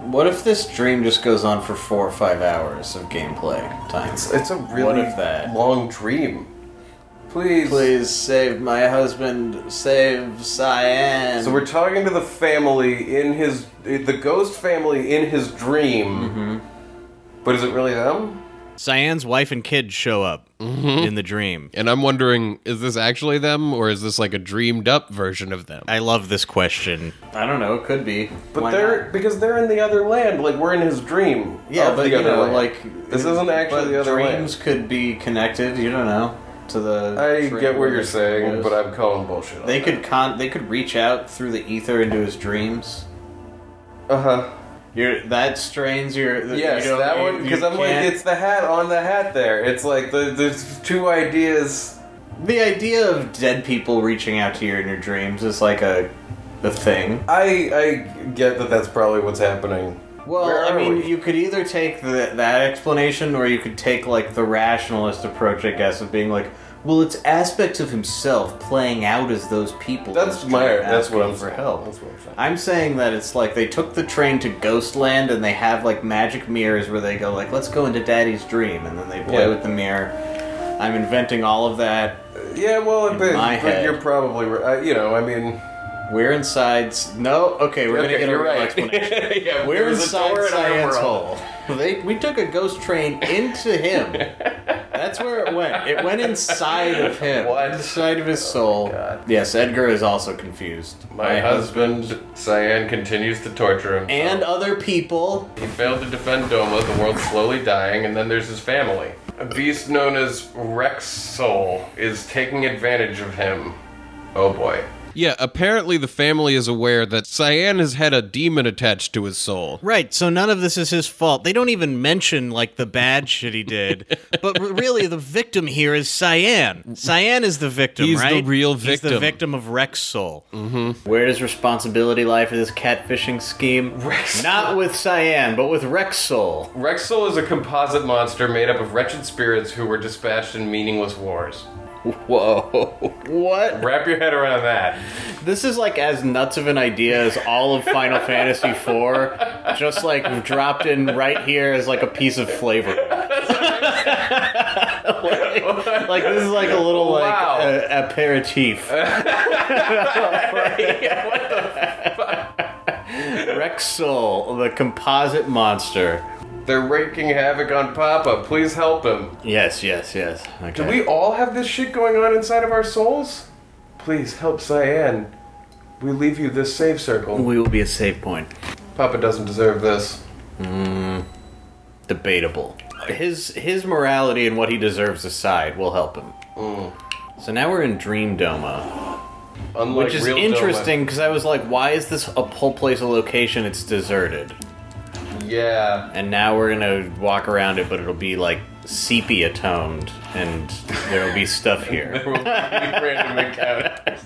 What if this dream just goes on for four or five hours of gameplay time? It's a What really if that? long dream. Please. Please save my husband. Save Cyan. So we're talking to the family in his, the ghost family in his dream. Mm-hmm. But is it really them? Cyan's wife and kids show up Mm-hmm. in the dream. and I'm wondering, is this actually them or is this like a dreamed up version of them? I love this question. I don't know. It could be. But Why they're not? because they're in the other land. Like we're in his dream. yeah, of but the you other know, land. like This isn't actually but the other land. dreams could be connected. You don't know to the. I tree- get what where you're the saying, goes. but I'm calling bullshit. they could con. They could reach out through the ether into his dreams. Uh huh. You're that strains your. th- Yes, Uh-huh. you don't- that you- one. Because you I'm like, can't- it's the hat on the hat. There, it's like the, there's two ideas. the idea of dead people reaching out to you in your dreams is like a, a thing. I I get that. That's probably what's happening. Well, Where I are mean, we? you could either take the, that explanation, or you could take like the rationalist approach, I guess, of being like, well, it's aspects of himself playing out as those people. That's who's my. trying to That's ask what him I'm for saying. help. That's what I'm saying. I'm saying that it's like they took the train to Ghostland and they have like magic mirrors where they go like, let's go into Daddy's dream, and then they play Yeah. with the mirror. I'm inventing all of that. Yeah, well, but, my but head. you're probably. ri- Uh, you know, I mean. We're inside. s- No, okay, we're gonna Okay, get a you're real right. explanation. yeah, We're there's a inside door and an Science overall. Hole. They, we took a ghost train into him. That's where it went. It went inside of him. What? Oh, Inside of his soul. God. Yes, Edgar is also confused. My husband, Cyan, continues to torture him. And other people. He failed to defend Doma, the world slowly dying, and then there's his family. A beast known as Rex Soul is taking advantage of him. Oh boy. Yeah, apparently the family is aware that Cyan has had a demon attached to his soul. Right, so none of this is his fault. They don't even mention like the bad shit he did. but r- really, the victim here is Cyan. Cyan is the victim, He's the right? real He's the victim. Mm-hmm. victim of Rex Soul. Where does responsibility lie for this catfishing scheme? Rex- Not with Cyan, but with Rex Soul. Rex Soul is a composite monster made up of wretched spirits who were dispatched in meaningless wars. Whoa. What? Wrap your head around that. This is like as nuts of an idea as all of Final Fantasy IV, just like dropped in right here as like a piece of flavor. like, like, this is like a little like uh, Wow. a, aperitif. Rexel, the composite monster. They're wreaking havoc on Papa. Please help him. Yes, yes, yes. Okay. Do we all have this shit going on inside of our souls? Please help Cyan. We leave you this safe circle. we will be a save point. Papa doesn't deserve this. debatable. His his morality and what he deserves aside will help him. Mm. So now we're in Dream Doma, Unlike which is real Doma. interesting because I was like, why is this a whole place a location? It's deserted, Yeah. and now we're gonna walk around it, but it'll be like sepia toned, and there will be stuff here. There will be random encounters.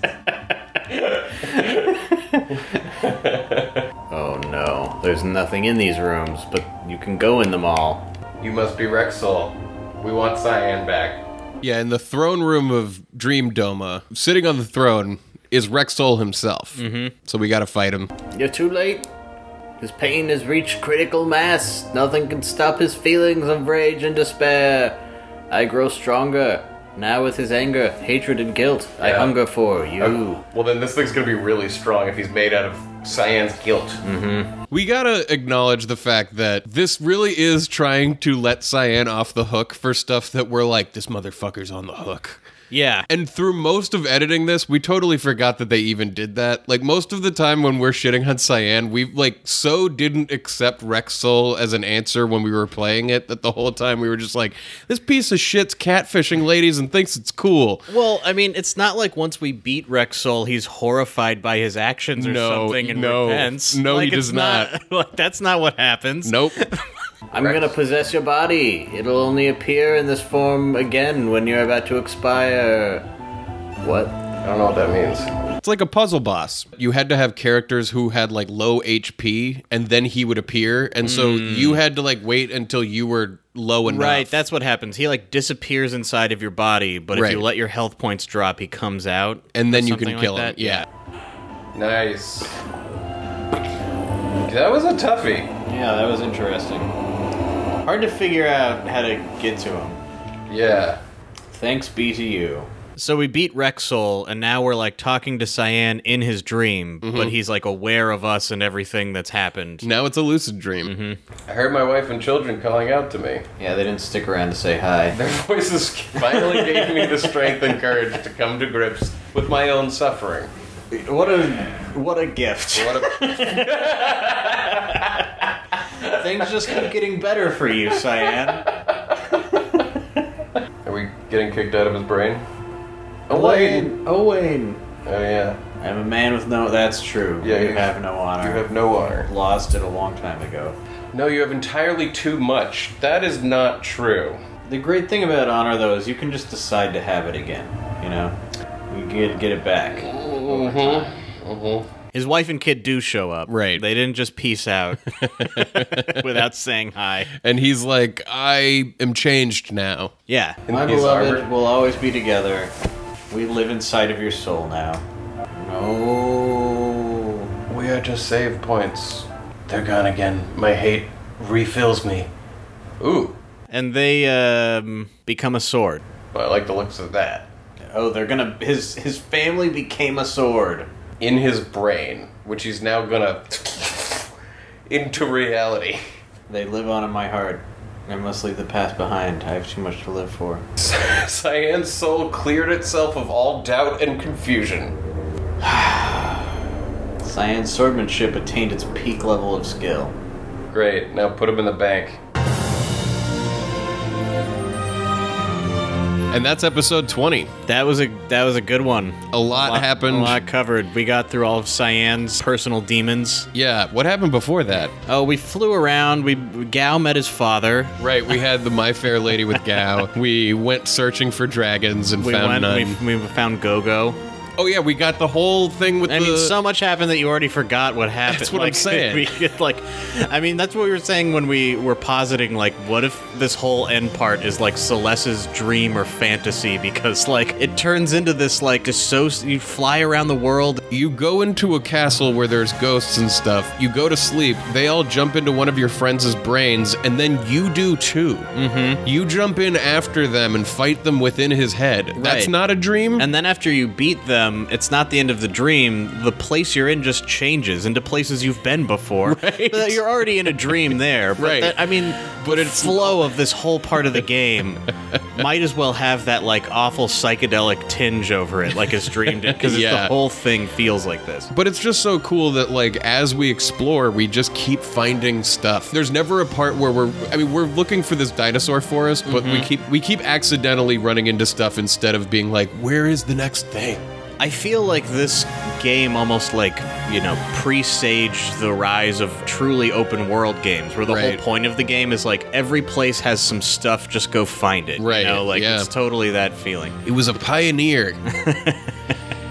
Oh no, there's nothing in these rooms, but you can go in them all. You must be Rexol. We want Cyan back. Yeah, in the throne room of Dream Doma, sitting on the throne is Rex Soul himself. Mm-hmm. So we gotta fight him. You're too late. His pain has reached critical mass. Nothing can stop his feelings of rage and despair. I grow stronger. Now with his anger, hatred, and guilt, I Yeah. Uh, hunger for you. Well, then this thing's gonna be really strong if he's made out of Cyan's guilt. We gotta acknowledge the fact that this really is trying to let Cyan off the hook for stuff that we're like, this motherfucker's on the hook. Yeah. And through most of editing this, we totally forgot that they even did that. Like most of the time when we're shitting on Cyan, we like so didn't accept Rexol as an answer when we were playing it that the whole time we were just like, this piece of shit's catfishing ladies and thinks it's cool. Well, I mean, it's not like once we beat Rexol, he's horrified by his actions or No, something and no. repents. No, he Like, it's does not. like, that's not what happens. Nope. I'm gonna possess your body. It'll only appear in this form again when you're about to expire. What? I don't know what that means. it's like a puzzle boss. You had to have characters who had like low HP and then he would appear. And so you had to like wait until you were low enough. Mm. Right, that's what happens. He like disappears inside of your body, but if Right. you let your health points drop, he comes out, and then or you can something like kill him. that. Yeah. Nice. That was a toughie. Yeah, that was interesting. Hard to figure out how to get to him. Yeah. Thanks be to you. So we beat Rexol, and now we're like talking to Cyan in his dream, Mm-hmm. but he's like aware of us and everything that's happened. Now it's a lucid dream. I heard my wife and children calling out to me. Yeah, they didn't stick around to say hi. Their voices finally gave me the strength and courage to come to grips with my own suffering. What a what a gift. What a, Things just keep getting better for you, Cyan. are we getting kicked out of his brain? Oh, wait. Owain, Owain. Oh, yeah. I'm a man with no. That's true. Yeah, you you- have no honor. You have no honor. lost it a long time ago. No, you have entirely too much. That is not true. The great thing about honor, though, is you can just decide to have it again. You know, you get get it back. His wife and kid do show up. Right. They didn't just peace out without saying hi. And he's like, I am changed now. Yeah. My his beloved, armor. we'll always be together. We live inside of your soul now. No. We are to save points. They're gone again. My hate refills me. Ooh. And they um, become a sword. Well, I like the looks of that. Oh, they're gonna. His his family became a sword. In his brain, which he's now gonna. into reality. They live on in my heart. I must leave the past behind. I have too much to live for. Cyan's soul cleared itself of all doubt and confusion. Cyan's swordmanship attained its peak level of skill. Great, now put him in the bank. And that's episode 20. That was a that was a good one. A lot, happened. A lot covered. We got through all of Cyan's personal demons. Yeah, what happened before that? Oh, we flew around. We Gao met his father. Right, we had the My Fair Lady with Gao. we went searching for dragons and We found none. went. We, we found Gogo. Oh yeah, we got the whole thing with I the mean, so much happened that you already forgot what happened. Uh, That's what I'm Like, saying. we get, like, I mean, that's what we were saying when we were positing, like, what if this whole end part is like Celeste's dream or fantasy? Because like, it turns into this like, so you fly around the world. you go into a castle where there's ghosts and stuff. You go to sleep. They all jump into one of your friends' brains, and then you do too. Mm-hmm. You jump in after them and fight them within his head. That's Right. not a dream. And then after you beat them, it's not the end of the dream. The place you're in just changes into places you've been before. But You're already in a dream there. But Right. that- I mean, But but it's- it's flow of this whole part of the game might as well have that like awful psychedelic tinge over it, like it's dreamed in, because Yeah. the whole thing feels like this. But it's just so cool that like as we explore, we just keep finding stuff. There's never a part where we're I mean, we're looking for this dinosaur forest, but Mm-hmm. we keep we keep accidentally running into stuff instead of being like, where is the next thing? I feel like this game almost like, you know, presaged the rise of truly open world games where the Right. whole point of the game is like every place has some stuff, just go find it. Right, You know, like yeah. it's totally that feeling. It was a pioneer.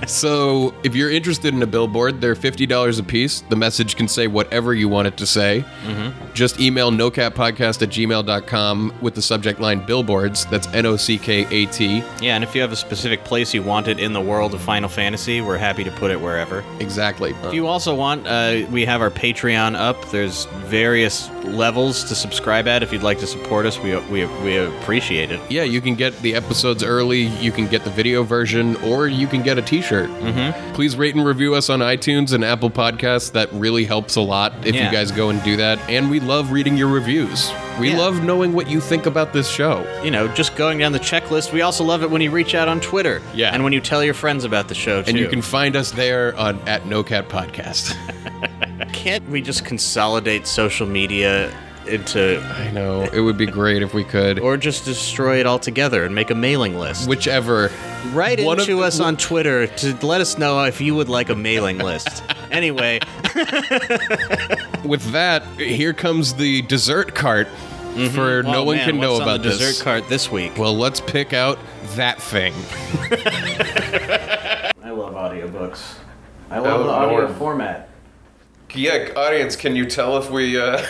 so, if you're interested in a billboard, they're $50 a piece. The message can say whatever you want it to say. Just email nocatpodcast at gmail.com with the subject line billboards. That's N O C K A T. Yeah, and if you have a specific place you want it in the world of Final Fantasy, we're happy to put it wherever. Exactly. If you also want, uh, we have our Patreon up. There's various levels to subscribe at. If you'd like to support us, we, we, we appreciate it. yeah, you can get the episodes early, you can get the video version, or you can get a t shirt. Mm-hmm. Please rate and review us on iTunes and Apple Podcasts. That really helps a lot if Yeah. you guys go and do that. And we love reading your reviews. We Yeah. love knowing what you think about this show. you know, just going down the checklist. We also love it when you reach out on Twitter. Yeah. And when you tell your friends about the show, too. And you can find us there on at No Cat Podcast. Can't we just consolidate social media into. I know it would be great if we could. Or just destroy it altogether and make a mailing list? Whichever. Write One of into the- us on Twitter to let us know if you would like a mailing list. Anyway, With that, here comes the dessert cart for no Oh, one man, can know what's on about the this. dessert cart this week. Well, let's pick out that thing. I love audiobooks. I Oh, love the audio Lord. format. Yeah, audience, can you tell if we uh,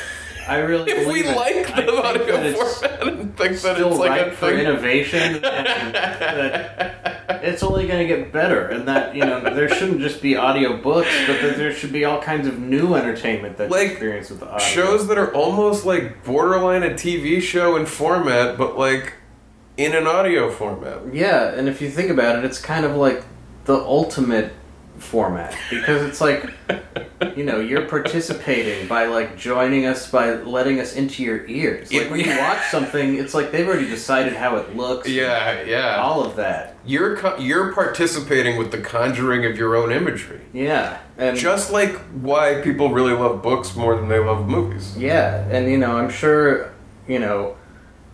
I really if we believe it. like I the think audio that it's format and think that Still it's like ripe a for thing? innovation. and that it's only going to get better, and that you know there shouldn't just be audio books, but that there should be all kinds of new entertainment that Like, you experience with the audio. Shows that are almost like borderline a TV show in format, but like in an audio format. Yeah, and if you think about it, it's kind of like the ultimate format because it's like you know you're participating by like joining us by letting us into your ears like It- when you watch something it's like they've already decided how it looks Yeah, yeah. all of that You're co- you're participating with the conjuring of your own imagery. yeah and Just like why people really love books more than they love movies. Yeah, and you know, I'm sure, you know,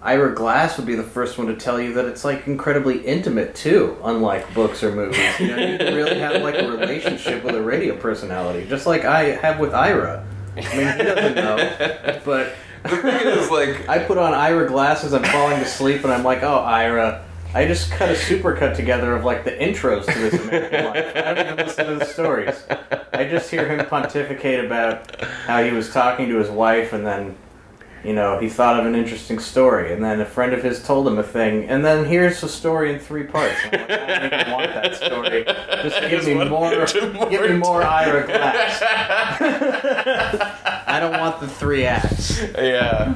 Ira Glass would be the first one to tell you that it's like incredibly intimate too, unlike books or movies. You know, you can really have like a relationship with a radio personality, just like I have with Ira. I mean, he doesn't know, but The thing is, like, I put on Ira Glass as I'm falling to sleep, and I'm like, oh, Ira. I just cut a supercut together of like the intros to this American Life. I don't even listen to the stories. I just hear him pontificate about how he was talking to his wife, and then, you know, he thought of an interesting story, and then a friend of his told him a thing, and then here's the story in three parts. I'm like, I don't even want that story. Just give me more. Give me more Ira Glass. I don't want the three acts. yeah.